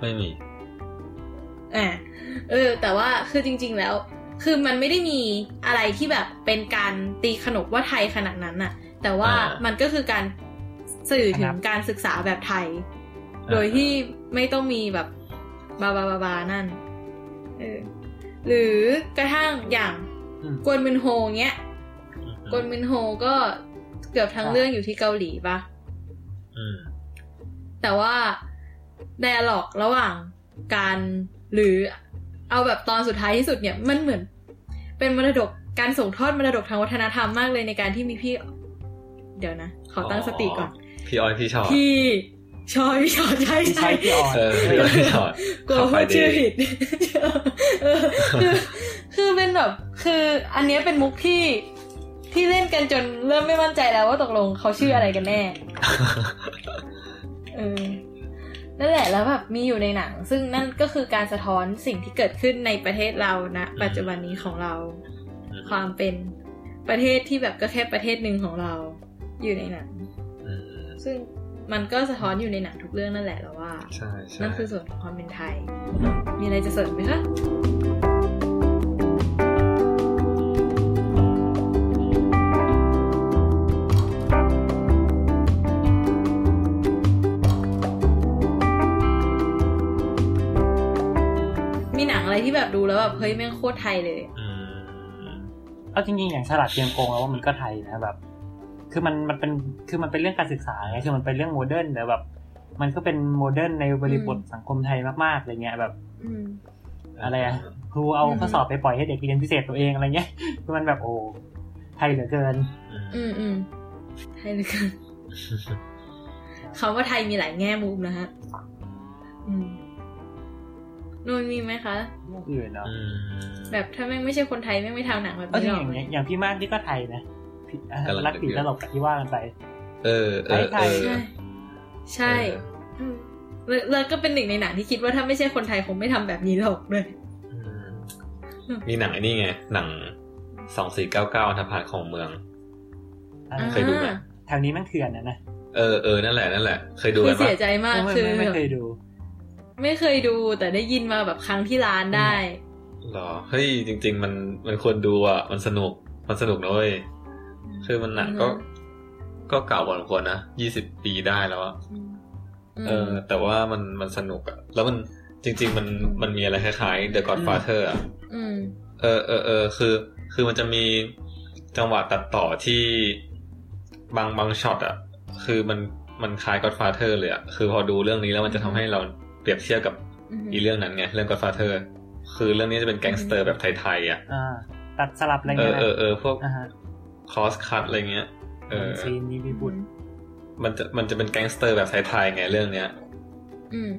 D: ไม่มี
E: อ่าเออ แต่ว่าคือจริง ๆแล้ว คือมันไม่ได้มีอะไรที่แบบเป็นการตีขนบว่าไทยขนาดนั้นน่ะ แต่ว่า
D: อ่ามั
E: มันก็คือการสื่อถึ
B: ค
E: ง
B: รับ
E: การศึกษาแบบไทย
D: อ่า
E: โดยที่ไม่ต้องมีแบบบาบาบาบานั่นเออหรือกระทั่งอย่าง
B: อืม
E: กวนมินโฮเงี้ยกวนมินโฮก็เกือบทั้ง
B: อ่า
E: เรื่องอยู่ที่เกาหลีปะ
D: อืม
E: แต่ว่าไดอะล็อกระหว่างการหรือเอาแบบตอนสุดท้ายที่สุดเนี่ยมันเหมือน เป็นมรดกการส่งทอดมรดกทางวัฒนธรรมมากเลยในการที่มีพี่ เดี๋ยวนะ ขอตั้งสติก่อน
D: พี่อ้อยพี่ชอต
E: พี่ชอยพี่ชอยใช่
B: พี่ชั
E: ใช่
B: ยพี่อ่อน
D: เออพี่อ้อยพี่ชอต
E: กลัวพูดชื่อผิดเออ คือคือเป็นแบบคืออันเนี้ยเป็นมุกที่ที่เล่นกันจนเริ่มไม่มั่นใจแล้วว่าตกลงเขาชื่ออะไรกัน แน่เออนั่นแหละแล้วแบบมีอยู่ในหนัง ซึ่งนั่นก็คือการสะท้อนสิ่งที่เกิดขึ้นในประเทศเรานะปัจจุบันนี้ของเรา ความเป็นประเทศที่แบบก็แค่ประเทศหนึ่งของเรา อยู่ในหนัง
D: อืม
E: ซึ่งมันก็สะท้อนอยู่ในหนังทุกเรื่องนั่นแหละเราว่า
D: ใช่ใช่
E: นั่นคือส่วนของความเป็นไทย มีอะไรจะเสริมไหมคะ มีหนังอะไรที่แบบดูแล้วแบบเฮ้ยแม่งโคตรไทยเลย
D: ม
B: เอาจริงๆอย่างฉลาดเกมโกงแล้วว่ามันก็ไทยนะแบบคือมันมันเป็นคือมันเป็นเรื่องการศึกษาไงคือมันเป็นเรื่องโมเดิร์นแต่แบบ มันก็เป็นโมเดิร์นในบริบทสังคมไทยมากๆอะไรเงี้ยแบบ
E: อืม
B: อะไรอะ ครูเอา
E: อืม
B: ข้อสอบไปปล่อยให้เด็กเรียนพิเศษตัวเองอะไรเงี้ย คือมันแบบโอ้ไทยเหลือเกิน
D: อืม
E: อืมอืมไทยเหลือเกินคำว่าไทยมีหลายแง่มุมนะฮะ อืมนนมีไหมคะ
B: เรื่องอื่นเนาะ
D: อืม
E: แบบถ้าแม่งไม่ใช่คนไทยแม่งไม่ทำหนังแบบ
B: ก็
E: นี้
B: จริ
E: ห
B: งๆอก ย่า
E: รอ
B: งเงี้ยอย่างพี่มากที่ก็ไทยนะพี่อ่ะ
D: กำลัง
B: รักผี
D: นึกอยู่
B: ตลกกับที่ว่ากันไป
D: เออเออ
B: ไท
D: เอย อ
E: ใช่ ใช่อืมแล้วแล้วก็เป็นหนึ่งในหนังที่คิดว่าถ้าไม่ใช่คนไทยคงไม่ทำแบบนี้หรอกเลย
D: อืมมีหนังไอ้นี่ไง หนังสองสี่เก้าเก้าอันธพาลของเมือง
B: อ่ะ
E: อ่า
D: เคยดูไหม
B: แถวนี้แมันเถื่อนนะนะ
D: เออเออนั่นแหละนั่นแหละ เคยดู
E: คื
D: กั
E: อน
D: ปะ
E: เสียใจมาก
B: ไม่
E: คือ
B: ไม่ไม่เคยดู
E: ไม่เคยดูแต่ได้ยินมาแบบครั้งที่ร้านได้
D: หรอเฮ้ยจริง ๆ มันมันควรดูอ่ะ มันสนุกมันสนุกนะเว้ยคือมันหนังก็
E: อือฮึ
D: ก็เก่าพอสมควรนะยี่สิบปีได้แล้วอะ
E: อืม
D: เออ แต่ว่ามันมันสนุกอะแล้วมันจริง ๆ มันมันมีอะไรคล้ายๆ The Godfather อะ
E: อืม
D: เออเออเออคือ คือมันจะมีจังหวะตัดต่อที่บางบางช็อตอะคือมันมันคล้าย Godfather เลยอะคือพอดูเรื่องนี้แล้วมันจะทำให้เราเปรียบเทียบกับ
E: อืม
D: อีเรื่องนั้นไงเรื่อง Godfather คือเรื่องนี้จะเป็นแก๊งสเตอร์แบบไทยๆอะ
B: อ่า ตัดสลับอะไร
D: เอ
B: เงี้
D: อยเออเออพวก
B: อ่าฮะ
D: cross cut อะไรเงี้ยเออ
B: ซีนนี้มีบุตร
D: มันจะมันจะเป็นแก๊งสเตอร์แบบไทยๆไงเรื่องเนี้ย
E: อืม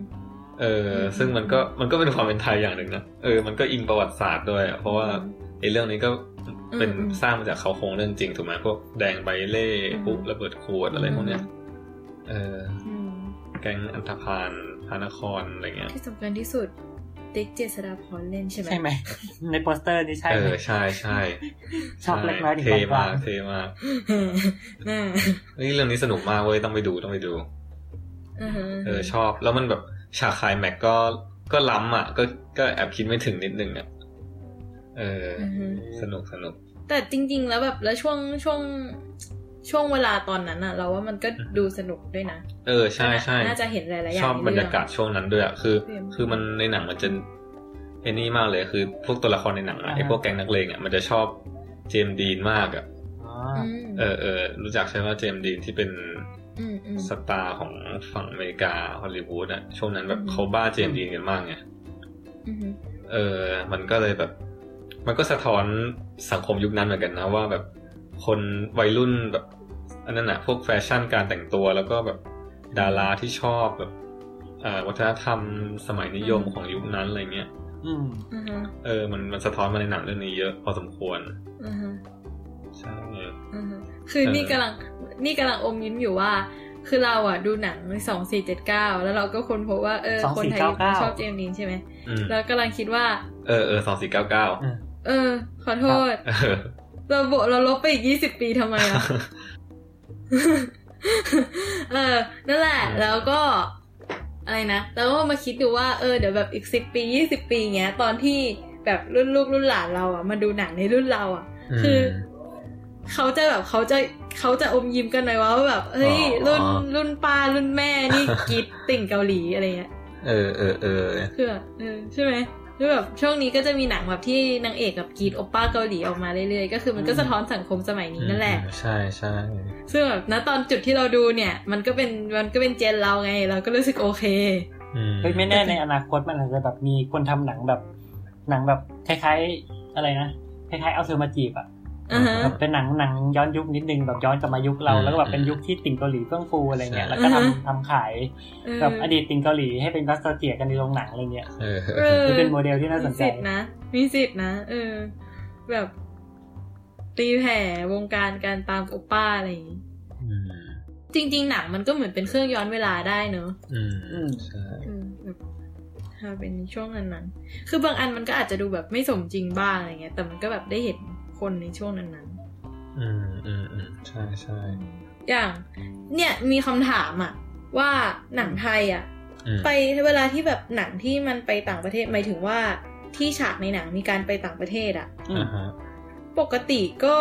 D: เอออ
E: ม
D: ซึ่งมันก็มันก็เป็นความเป็นไทยอย่างหนึ่งนะเออมันก็อิงประวัติศาสตร์ด้วยอะเพราะว่า ไอ้เรื่องนี้ก็เป็น
E: อืมอืม
D: สร้างมาจากเขาโครงเรื่องจริงถูกไหมพวกแดงใบเล่
E: อืม
D: ปุ๊บระเบิดขวดอะไรพวกเนี้ยเออ
E: อืม
D: แก๊งอันธพาลพระนครอะไรเงี้ย
E: ที่สำคัญที่สุดติ๊กเจษฎาพรเล่นใช่ไหม
B: ใช่ไหม ในโปสเตอร์นี่ใช่
D: เอ
B: ไหม
D: อใช่ใช่
B: ชอบเล็กน้อยถึง
D: เท่
B: ปานกลาม
D: าง กเท่มาก
E: อ่า
D: เฮ้ยเรื่องนี้สนุกมากเว้ยต้องไปดูต้องไปดู
E: อ่าฮะ
D: เออชอบ แล้วมันแบบฉากไคลายแม็กซ์ก็ก็ล้ำอ่ะ ก็ก็แอบคิดไม่ถึงนิดนึงอ่ะเออ
E: อือฮึ
D: สนุกสนุก
E: แต่จริง ๆ แล้วแบบแล้วช่วงช่วง ช่วงเวลาตอนนั้นอะเราว่ามันก็ดูสนุกด้วยนะ
D: เออใช่ใช่
E: น่าจะเห็นหลายๆอย่าง
D: ชอบบรรยากาศช่วงนั้นด้วยอะคือ
E: เรื่อง
D: คือมันในหนังมันจะไอ้นี่มากเลยคือ พวกตัวละครในหนังอะ
B: อ่า
D: ไอ้พวกแก๊งนักเลงอะมันจะชอบเจมส์ดีนมากอะ
B: อ๋อ
E: อืม
D: เออเออรู้จักใช่ไหมเจมส์ดีนที่เป็น
E: มอืม
D: สตาร์ของฝั่งอเมริกาฮอลลีวูดอะช่วงนั้นแบบ
E: อืม
D: เขาบ้าเจมส์ดีนกันมากไง
E: อืม
D: เออ มันก็เลยแบบ มันก็สะท้อนสังคมยุคนั้นเหมือนกันนะว่าแบบคนวัยรุ่นแบบ อันนั้นนะพวกแฟชั่นการแต่งตัว แล้วก็แบบดาราที่ชอบแบบเอ่อวัฒนธรรมสมัยนิยม
E: อืม
D: ของยุคนั้นอะไรเงี้ย
B: อืม
E: อืมอืม
D: เออ มันมันสะท้อนมาในหนังเรื่องนี้เยอะพอสมควร
E: อืม
D: ใช่
E: อือฮึคือ
D: เออ
E: นี่กำลังนี่กำลังอมยิ้มอยู่ว่า คือเราอ่ะดูหนังสองสี่เจ็ดเก้าแล้วเราก็ค้นพบว่าเออ
B: 2499
E: คนไทยชอบเจมส์ดีนใช่ไหม
D: อืม
E: แล้วกำลังคิดว่า
D: เออเออสองสี่เก้าเก้า
B: อืม
E: เออ ขอโทษ เราโบเราลบไปอีกยี่สิบปีทำไมอ่ะ เออ นั่นแหละ แล้วก็ อะไรนะ แล้วก็มาคิดดูว่า เออ เดี๋ยวแบบอีกสิบปียี่สิบปีเงี้ย ตอนที่แบบรุ่นลูกรุ่นหลานเราอ่ะ มาดูหนังในรุ่นเราอ่ะ คืออเขาจะแบบเขาจะเขาจะอมยิ้มกันหน่อยว่าแบบ เฮ้ย รุ่นรุ่นป้ารุ่นแม่นี่กรีดติ่งเกาหลีอะไรเงี้ย
D: เออเออเออ
E: คือแบบเออใช่ไหมคือแบบช่วงนี้ก็จะมีหนังแบบที่นางเอกกับกรีดโอปป้าเกาหลีออกมาเรื่อยๆ ก็คือมันก็
B: อืม
E: สะท้อนสังคมสมัยนี้นั่นแหละ
D: ใช่ใช่
E: ซึ่งแบบณตอนจุดที่เราดูเนี่ย มันก็เป็นมันก็เป็นเจนเราไง เราก็รู้สึกโอเค
D: อืม
B: เฮ้ยไม่แน่ในอนาคตมันอาจจะแบบมีคนทำหนังแบบ หนังแบบคล้ายๆอะไรนะคล้ายๆเอาเธอมาจีบอ่ะ
E: อ่าฮะ
B: แบบเป็นหนังหนังย้อนยุคนิดนึงแบบย้อนกลับมายุคเราแล้วก็แบบเป็นยุคที่ติ่งเกาหลีเฟื่องฟูอะไรเงี้ยแล้วก็ทำ
E: อือฮึ
B: ทำขาย
E: เออ
B: แบบอดีตติ่งเกาหลีให้เป็นรัสเตียกันในโรงหนังอะไรเงี้ย
D: เออ
E: เออ
B: นี่เป็นโมเดลที่น่าสนใจ
E: มีสิทธิ์นะ มีสิทธิ์นะ เออ แบบ ตีแผ่วงการการตามโอปป้าอะไรอย่างงี้
D: อืม
E: จริง ๆ หนังมันก็เหมือนเป็นเครื่องย้อนเวลาได้เนอะ
D: อื
B: อืม
D: มใช่
E: เออแบบถ้าเป็นช่วงนั้นนั้นๆคือบางอันมันก็อาจจะดูแบบไม่สมจริงบ้างอะไรเงี้ย แต่มันก็แบบได้เห็นคนในช่วงนั้นนั้น
D: อืมอืมอืมใช่ใช่
E: ๆอย่างเนี่ยมีคำถามอะว่าหนังไทยอะ
D: อืม
E: ไปเวลาที่แบบหนังที่มันไปต่างประเทศหมายถึงว่าที่ฉากในหนังมีการไปต่างประเทศอะ
B: อืม
D: อ่าฮะ
E: ปกติก็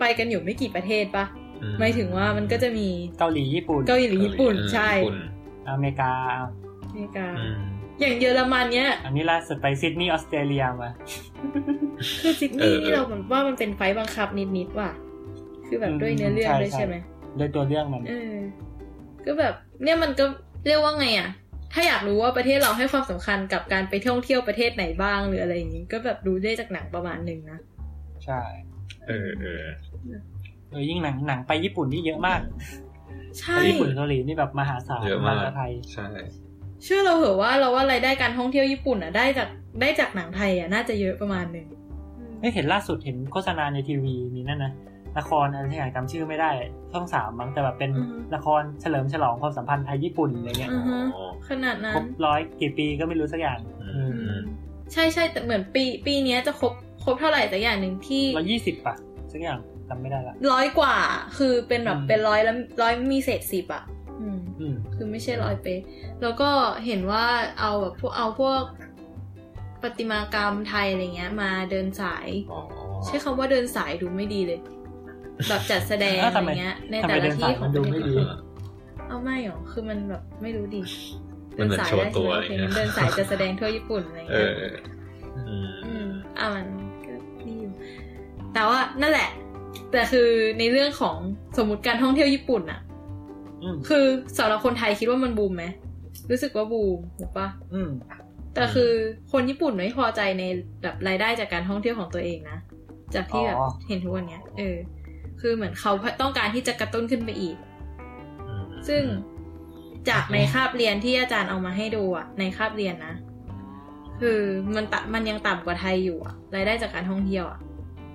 E: ไปกันอยู่ไม่กี่ประเทศปะ
D: อื
E: หมายถึงว่ามันก็จะมี
B: เกาหลีญี่ปุ่น
E: เกาหลีหรือญี่ปุ่นใช่
D: ญี่ปุ่น
B: อเมริกา
E: อเมริกา
D: อืม
E: อย่างเยอรมันเนี้ย
B: อันนี้ล่าสุดไปซิดนีย์ออสเตรเลียมา
E: คือซิดนีย์
D: เออเออ
E: นี่เราเหมือนว่ามันเป็นไฟต์บังคับนิดๆว่ะ คือแบบด้วยเนื้อเรื่อง
B: ใช่
E: ด้วย
B: ใช่
E: ใช่ไหม
B: โดยตัวเรื่องมัน
E: เออ ก็แบบ เนี่ยมันก็เรียกว่าไงอ่ะ ถ้าอยากรู้ว่าประเทศเราให้ความสำคัญกับการไปท่องเที่ยวประเทศไหนบ้างหรืออะไรอย่างงี้ ก็แบบดูได้จากหนังประมาณหนึ่งนะ
B: ใช่
D: เออเออ
B: โดยยิ่งหนังหนังไปญี่ปุ่นนี่เยอะมาก
E: ใช่
B: ไปญี่ปุ่นเกาหลีนี่แบบมหาศาล
D: เยอะมาก
B: กว่าไทย
D: ใช่
E: เชื่อเราเหอะว่าเราว่ารายได้การท่องเที่ยวญี่ปุ่นอ่ะได้จากได้จากหนังไทยอ่ะน่าจะเยอะประมาณหนึ่ง
B: เฮ้ยเห็นล่าสุดเห็นโฆษณาในทีวีมีนั่นนะละครอะไรที่อย่างจำชื่อไม่ได้ช่องสามมั้งแต่แบบเป็นละครเฉลิมฉลองความสัมพันธ์ไทยญี่ปุ่นอะไรเงี้ย
E: อือฮะ
D: อ๋อ
E: ขนาดนั้
B: คร
E: น
B: บร้อยกี่ปีก็ไม่รู้สักอย่าง
D: อืมอืม
E: ใช่ใช่แต่เหมือนปีปีเนี้ยจะครบครบเท่าไหร่แต่อย่างหนึ่งที่
B: ร้อยยี่สิบป่ะสักอย่างจำไม่ได้ละ
E: ร้อยกว่า คือเป็นแบบ
B: อืม
E: เป็นร้อยแล้วร้อยมีเศษสิบอ่ะ อืม
B: อืม
E: คือไม่ใช่ร้อยเป๊ะแล้วก็เห็นว่าเอาแบบพวกเอาพวกประติมากรรมไทยอะไรเงี้ย มาเดินสาย
D: อ๋อ
E: ใช้คำว่าเดินสายดูไม่ดีเลย แบบจัดแสดง
B: อ้าว
E: อะไร
B: ทำไม
E: เงี้ย ใน
B: ทำ
E: แต่
B: ไม
E: ละ
B: เดินสา
E: ที่
B: ย
E: ขอ
B: มั
E: ง
B: น
E: ป
B: ดู
E: ระเท
B: ไม่
E: ศ
B: ดี
E: เอาไม่หรอคือมันแบบไม่รู้ดิ
D: มันเหมือนโชว์ตัวอะไร
E: เดินสาย
D: เงี้ย
E: ได้เดินสายจัดแสดงทั่วญี่ปุ่นอะไร
D: เอ
E: เงี้
D: อย เอออืม
E: อืมอ่ะมันก็ดีอยู่แต่ว่านั่นแหละ แต่คือในเรื่องของสมมติการท่องเที่ยวญี่ปุ่นอะ
B: อืม
E: คือสำหรับคนไทยคิดว่ามันบูมไหมรู้สึกว่าบูมถูกปะ
B: อืม
E: แต่คือคนญี่ปุ่นไม่พอใจในแบบรายได้จากการท่องเที่ยวของตัวเองนะจากที่แบบเห็นทุกวันเนี้ยเออ คือเหมือนเขาต้องการที่จะกระตุ้นขึ้นไปอีก ซึ่งจากในคาบเรียนที่อาจารย์เอามาให้ดูอะในคาบเรียนนะ คือมันตะมันยังต่ำกว่าไทยอยู่อะรายได้จากการท่องเที่ยวอะ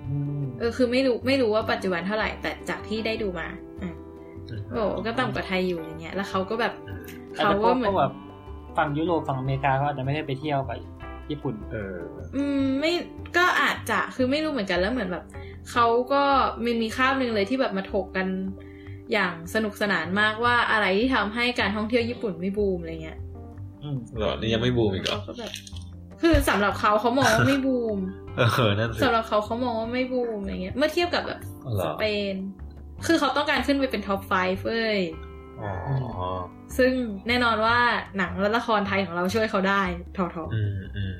B: อืม
E: เออคือไม่รู้ไม่รู้ว่าปัจจุบันเท่าไหร่ แต่จากที่ได้ดูมาอ่ะบอกว่าก็ต่ำกว่าไทยอยู่อย่างเงี้ย แล้วเขาก็แบบ
B: แต่
E: เขา
B: พว
E: ว่าก เหมื
B: พ
E: อ
B: วน กแบบฝั่งยุโรปฝั่งอเมริกาก็อาจจะไม่ได้ไปเที่ยวกับญี่ปุ่น
D: เออ
E: อืมไม่ก็อาจจะคือไม่รู้เหมือนกันแล้วเหมือนแบบเขาก็มันมีคาบหนึ่งเลยที่แบบมาถกกันอย่างสนุกสนานมากว่าอะไรที่ทำให้การท่องเที่ยวญี่ปุ่นไม่บูมอะไรเงี้ย
B: อืม
D: เหรอนี่ยังไม่บูมอีกเหรอ
E: เขาก็แบบคือสำหรับเขาเขามองว่าไม่บูม
D: เออนั่นสิ
E: สำหรับเขาเขามองว่าไม่บูมอะไรเงี้ย เมื่อเทียบกับแบบ
D: เหร
E: ส
D: อ
E: เปน คือเขาต้องการขึ้นไปเป็นท็อปไฟเว้ย
G: อ๋อ
E: ซึ่งแน่นอนว่าหนังและละครไทยของเราช่วยเขาได้ทอทอ
G: อืมอืม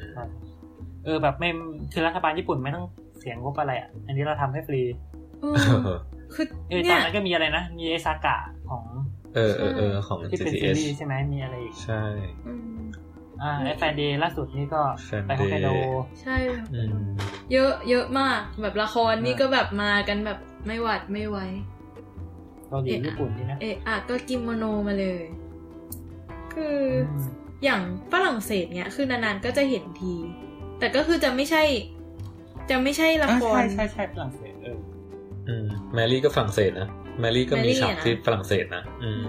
B: เออแบบไม่คือรัฐบาลญี่ปุ่นไม่ต้องเสียงงบอะไรอ่ะ อันนี้เราทำให้ฟรี
E: อืม คือ
B: เออตอ
E: เนี่
B: น
E: ย
B: นั้นก็มีอะไรนะ มีไอซากะของ
G: เออเออเออของ
B: ที่เป็นซี
G: GTS
B: รีส์ใช่ไหมมีอะไรอีก
G: ใช่
E: อืม
B: อ่า
E: อืม
B: ไอแฟนเดย์ล่าสุดนี่ก็ไปฮอกไกโด
G: Fan Day
E: ใช่เลย
G: อืม
E: เยอะเยอะมากแบบละครนี่
B: อ่า
E: ก็แบบมากันแบบไม่หวัดไม่ไหว
B: เกาหลี
E: เอ๊ะ
B: ญี่ปุ่นนี่นะ
E: เอะอะก็กิโมโนมาเลย คือ
B: อื
E: อ
B: ม
E: อย่างฝรั่งเศสเนี่ยคือนานๆก็จะเห็นที แต่ก็คือจะไม่ใช่ จะไม่ใช่ละ
B: อ่า
E: ค
B: ใช่
E: ร
B: ใช่ใช่ฝรั่งเศสเออ
G: อืมแมรี่ก็ฝรั่งเศสนะ แมรี่ก็มีฉาก
E: แมรี่อะนะ
G: ที่ฝรั่งเศสนะอืม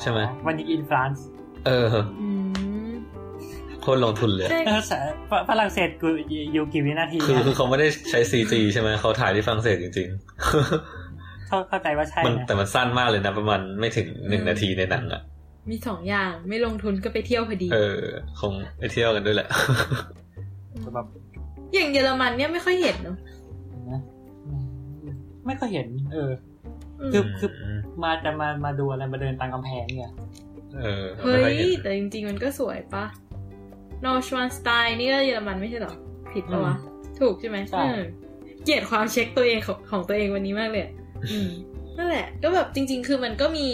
G: ใช่ไหม
B: วันนี้อินฟรานซ์
G: เออ
E: อืม
G: โคตรลงทุนเลย
E: ใช่
B: ฝรั่งเศสกูอยู่กี่วินาที
G: คือ
B: นะ
G: คือเขาไม่ได้ใช้ซีจีใช่ไหมเขาถ่ายที่ฝรั่งเศสจริง
B: เข้าเข้าใจว่าใช่
G: ๆ มัน
B: นะ
G: แต่มันสั้นมากเลยนะ ประมาณไม่ถึงหนึ่งนาทีในหนังอ่ะ
E: มีสองอย่างไม่ลงทุนก็ไปเที่ยวพอดี
G: เออ คงไปเที่ยวกันด้วยแหละ
B: แบบ
E: อย่างเยอรมันเนี่ยไม่ค่อยเห็นเนอะ
B: นะอืมไม่ค่อยเห็น เออ
E: ม
B: คือ มาจะมามาดูอะไรมาเดินตามกำแพงเนี่ย
G: เออ
E: เฮ้
G: ไม่ค่อย เห็น
E: แต่จริงๆ มันก็สวยปะนอร์ชวานสไตน์นี่ก็เยอรมันไม่ใช่เหรอ ผิดปะวะ ถูกใช่ไหม
B: ใช่
E: เออเกลียดความเช็คตัวเองของของตัวเองวันนี้มากเลยอะอืมนั่นแหละ ก็แบบจริง ๆ คือมันก็มี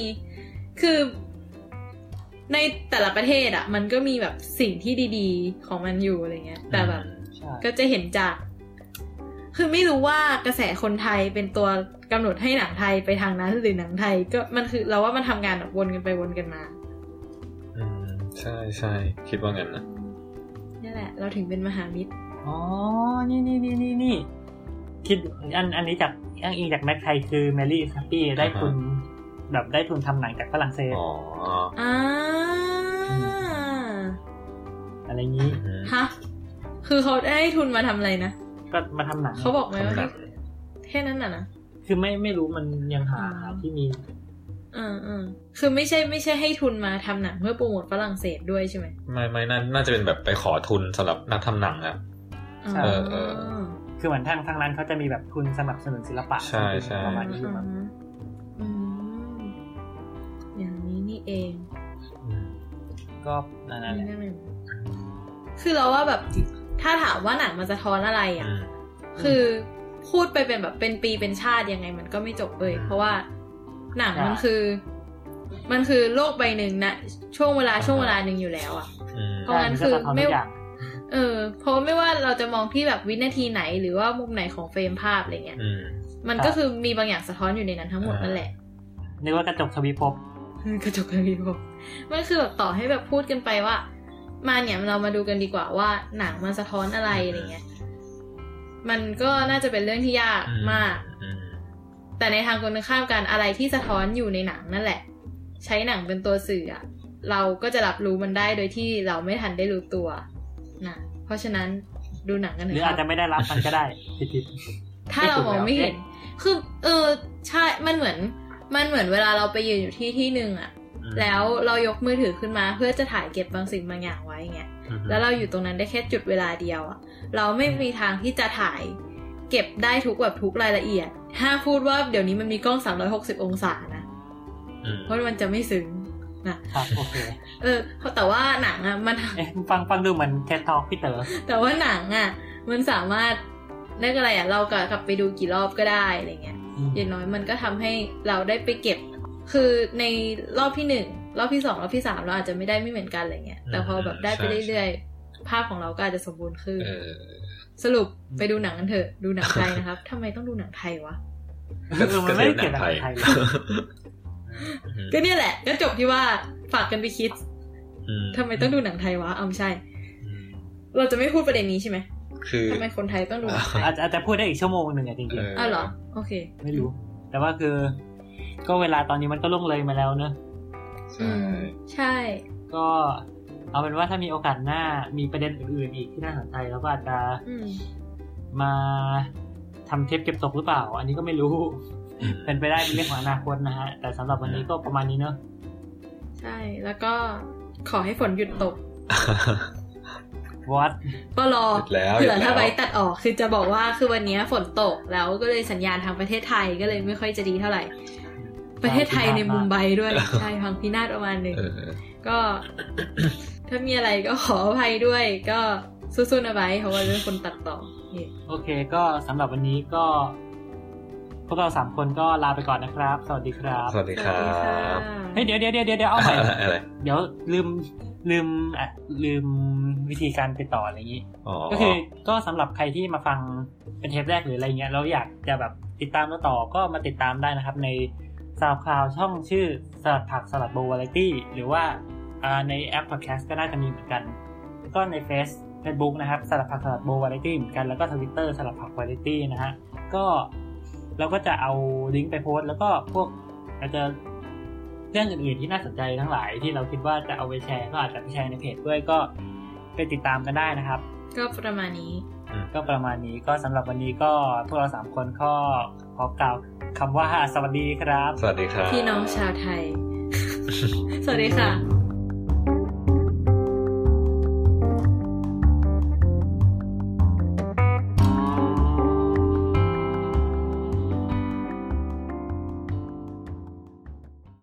E: คือในแต่ละประเทศอะมันก็มีแบบสิ่งที่ดีๆ ของมันอยู่อะไรเงี้ย แต่แบบ
B: ใช่
E: ก็จะเห็นจาก คือไม่รู้ว่ากระแสคนไทยเป็นตัวกำหนดให้หนังไทยไปทางนั้น หรือหนังไทยก็มันคือเราว่ามันทำงานแบบวนกันไปวนกันมา
G: อืมใช่ใช่คิดว่างั้นนะ
E: นี่แหละ เราถึงเป็นมหามิตร
B: อ๋อ นี่นี่นี่นี่นี่คิดอันอันนี้จากอ้างอิงจากแม็กไทยคือแมรี่คัพปี้ได้ทุนแบบได้ทุนทำหนังจากฝรั่งเศส
G: อ๋อ
E: อ่า
B: อะไรงี้
G: อืม
E: ฮะ คือเขาได้ทุนมาทำอะไรนะ
B: ก็มาทำหนัง
E: เขาบอกไหมว่า
G: ทำหนัง
E: แค่นั้นน่ะนะ
B: คือไม่ไม่รู้มันยังหาหาที่มี
E: อ่าอ่าคือไม่ใช่ไม่ใช่ให้ทุนมาทำหนังเพื่อโปรโมทฝรั่งเศสด้วยใช่ไหม
G: ไม่ไม่น่าน่าจะเป็นแบบไปขอทุนสำหรับนักทำหนังอ่ะ เออเออ
B: คือเหมือนทางทางนั้นเขาจะมีแบบทุนสนับสนุนศิลปะ
G: ใช่ใช่
B: ประ
E: อ่า
B: มาณนี้อยู่มั้ง
E: อ่าอืมอย่างนี้นี่เอง
G: อืม
B: ก็นั่นแหละ
E: คือเราว่าแบบถ้าถามว่าหนังมันสะท้อนอะไรอ่ะ
G: อืม
E: คือพูดไปเป็นแบบเป็นปีเป็นชาติยังไงมันก็ไม่จบเลย เพราะว่าหนังมันคือ มันคือโลกใบหนึ่งนะช่วงเวลา
G: อ่าฮะ
E: ช่วงเวลาหนึ่งอยู่แล้วอ่ะ
G: อืม
E: เพราะงั้นคือไม่
B: ไม่อย่าง
E: เออเพราะไม่ว่าเราจะมองที่แบบวินาทีไหนหรือว่ามุมไหนของเฟรมภาพอะไรเงี้ย
G: อืม
E: มันก็คือมีบางอย่างสะท้อนอยู่ในนั้นทั้งหมดนั่นแหละ
B: นึกว่ากระจกทวีภพ
E: กระจกกระพริบบอกมันคือแบบต่อให้แบบพูดกันไปว่า มาเนี่ยเรามาดูกันดีกว่าว่าหนังมันสะท้อนอะไรอะไรเงี้ยมันก็น่าจะเป็นเรื่องที่ยาก
G: อื
E: มาก
G: อืม
E: แต่ในทางตรงข้ามกันอะไรที่สะท้อนอยู่ในหนังนั่นแหละ ใช้หนังเป็นตัวสื่ออะเราก็จะรับรู้มันได้โดยที่เราไม่ทันได้รู้ตัวนะเพราะฉะนั้นดูหนังกัน
B: ห
E: เถ
B: รือ
E: อะค
B: อา
E: รั
B: จ
E: บ
B: จะไม่ได้รับมันก็ได้ผิดผิด
E: ถ้าเรามองไม่เห็น คือเออใช่มันเหมือน มันเหมือนเวลาเราไปยืนอยู่ที่ที่หนึ่งอะ
G: อืม
E: แล้วเรายกมือถือขึ้นมาเพื่อจะถ่ายเก็บบางสิ่งบางอย่างไว้อย่างเงี้ย
G: อืม
E: แล้วเราอยู่ตรงนั้นได้แค่จุดเวลาเดียวอะเราไม่มีทางที่จะถ่าย เก็บได้ทุกแบบทุกรายละเอียด ห้ามพูดว่าเดี๋ยวนี้มันมีกล้อง 360 องศานะ
G: อืม
E: เพราะมันจะไม่ซึ้ง
B: ครับโอเค
E: เออ แต่ว่าหนังอ่ะ มัน
B: เอ๊ะฟังฟังดูเหมือนแคททอพี่เต๋อ
E: แต่ว่าหนังอ่ะ มันสามารถเรียกอะไรอ่ะ เรากลับไปดูกี่รอบก็ได้อะไรเงี้ย อย่างน้อยมันก็ทำให้เราได้ไปเก็บ คือในรอบที่หนึ่งรอบที่สองรอบที่สามเราอาจจะไม่ได้ไม่เหมือนกันอะไรเงี้ย แต่พอแบบได้ไปเรื่อยๆ ภาพของเราก็อาจจะสมบูรณ์ขึ้น
G: เออ
E: สรุปไปดูหนังกันเถอะ ดูหนังไทยนะครับ ทำไมต้องดูหนังไทยวะ
B: มันไม่ได้เกี่ยวกับไทย
G: อืม
E: ก็เนี่ยแหละ ก็จบที่ว่าฝากกันไปคิดทำไมต้องดูหนังไทยวะ เอาไม่ใช่
G: อืม
E: เราจะไม่พูดประเด็นนี้ใช่ไหม
G: คือ
E: ทำไมคนไทยต้องดูหนังไทย
B: อาจจะอาจจะพูดได้อีกชั่วโมงหนึ่งอะจริง
G: เออ
E: อ้าวเหรอ โอเค
B: ๆ ไม่รู้ แต่ว่าคือ ก็เวลาตอนนี้มันก็ล่วงเลยมาแล้วเนอะ
G: ใช่
E: อืม ใช่
B: ก็เอาเป็นว่าถ้ามีโอกาสหน้ามีประเด็นอื่นๆอีกที่น่าสนใจแล้วก็อาจจะ
E: อืม
B: มาทำเทปเก็บตกหรือเปล่า อันนี้ก็ไม่รู้ เป็นไปได้เป็นเรื่องของอนาคตนะฮะ แต่สำหรับวันนี้ก็ประมาณนี้เนอะ
E: ใช่ แล้วก็ขอให้ฝนหยุดตก
B: วัด
E: ปลอ
G: หยุดแล้ว
E: คือหลัง
G: หยุดแล้ว
E: ถ้าไว้ตัดออกคือจะบอกว่าคือวันเนี้ยฝนตกแล้วก็เลยสัญญาณทางประเทศไทยก็เลยไม่ค่อยจะดีเท่าไหร่ ประเทศไทยในมุมไบด้วย ใช่พังพินาศประมาณหนึ่ง
G: เออ
E: ก็ ถ้ามีอะไรก็ขออภัยด้วย ก็สู้ๆนะไบร์ทเพราะว่าเป็นคนตัดต่อนี่
B: โอเค ก็สำหรับวันนี้ก็ พวกเราสามคนก็ลาไปก่อนนะครับ สวัสดีครับ
G: สวัสดี
E: ส
G: ค
E: วัส
G: รั
E: ดีค่ะ
G: บ
B: เฮ้ยเดี๋ยวเดี๋ยวเดี๋ยวเดี๋ยวเอา ใหม่
G: อะไรอะไร
B: เดี๋ยวลืมลืมอ่ะลืมวิธีการติดต่ออะไรอย่างนี้
G: อ๋อ
B: ก็คือก็สำหรับใครที่มาฟังเป็นเทปแรกหรืออะไรเงี้ยแล้วอยากจะแบบติดตามเราต่อก็มาติดตามได้นะครับ ในสลับข่าวช่องชื่อสลัดผักสลัดโบวาไรตี้หรือว่าอ่าในแอปพอดแคสต์ก็น่าจะมีเหมือนกัน แล้วก็ในเฟซเฟซบุ๊กนะครับสลัดผักสลัดโบวาไรตี้เหมือนกันแล้วก็ทวิตเตอร์สลัดผักวาไรตี้นะฮะก็เราก็จะเอาลิงก์ไปโพสต์แล้วก็พวกอาจจะเรื่องอื่นๆที่น่าสนใจทั้งหลายที่เราคิดว่าจะเอาไปแชร์ก็อาจจะไปแชร์ในเพจด้วยก็ไปติดตามกันได้นะครับ
E: ก็ประมาณนี้
B: ก็ประมาณนี้ก็สำหรับวันนี้ก็พวกเราสามคนก็ขอกล่าวคำว่าสวัสดีครับ
G: สวัสดีครับ
E: พี่น้องชาวไทย สวัสดีค่ะ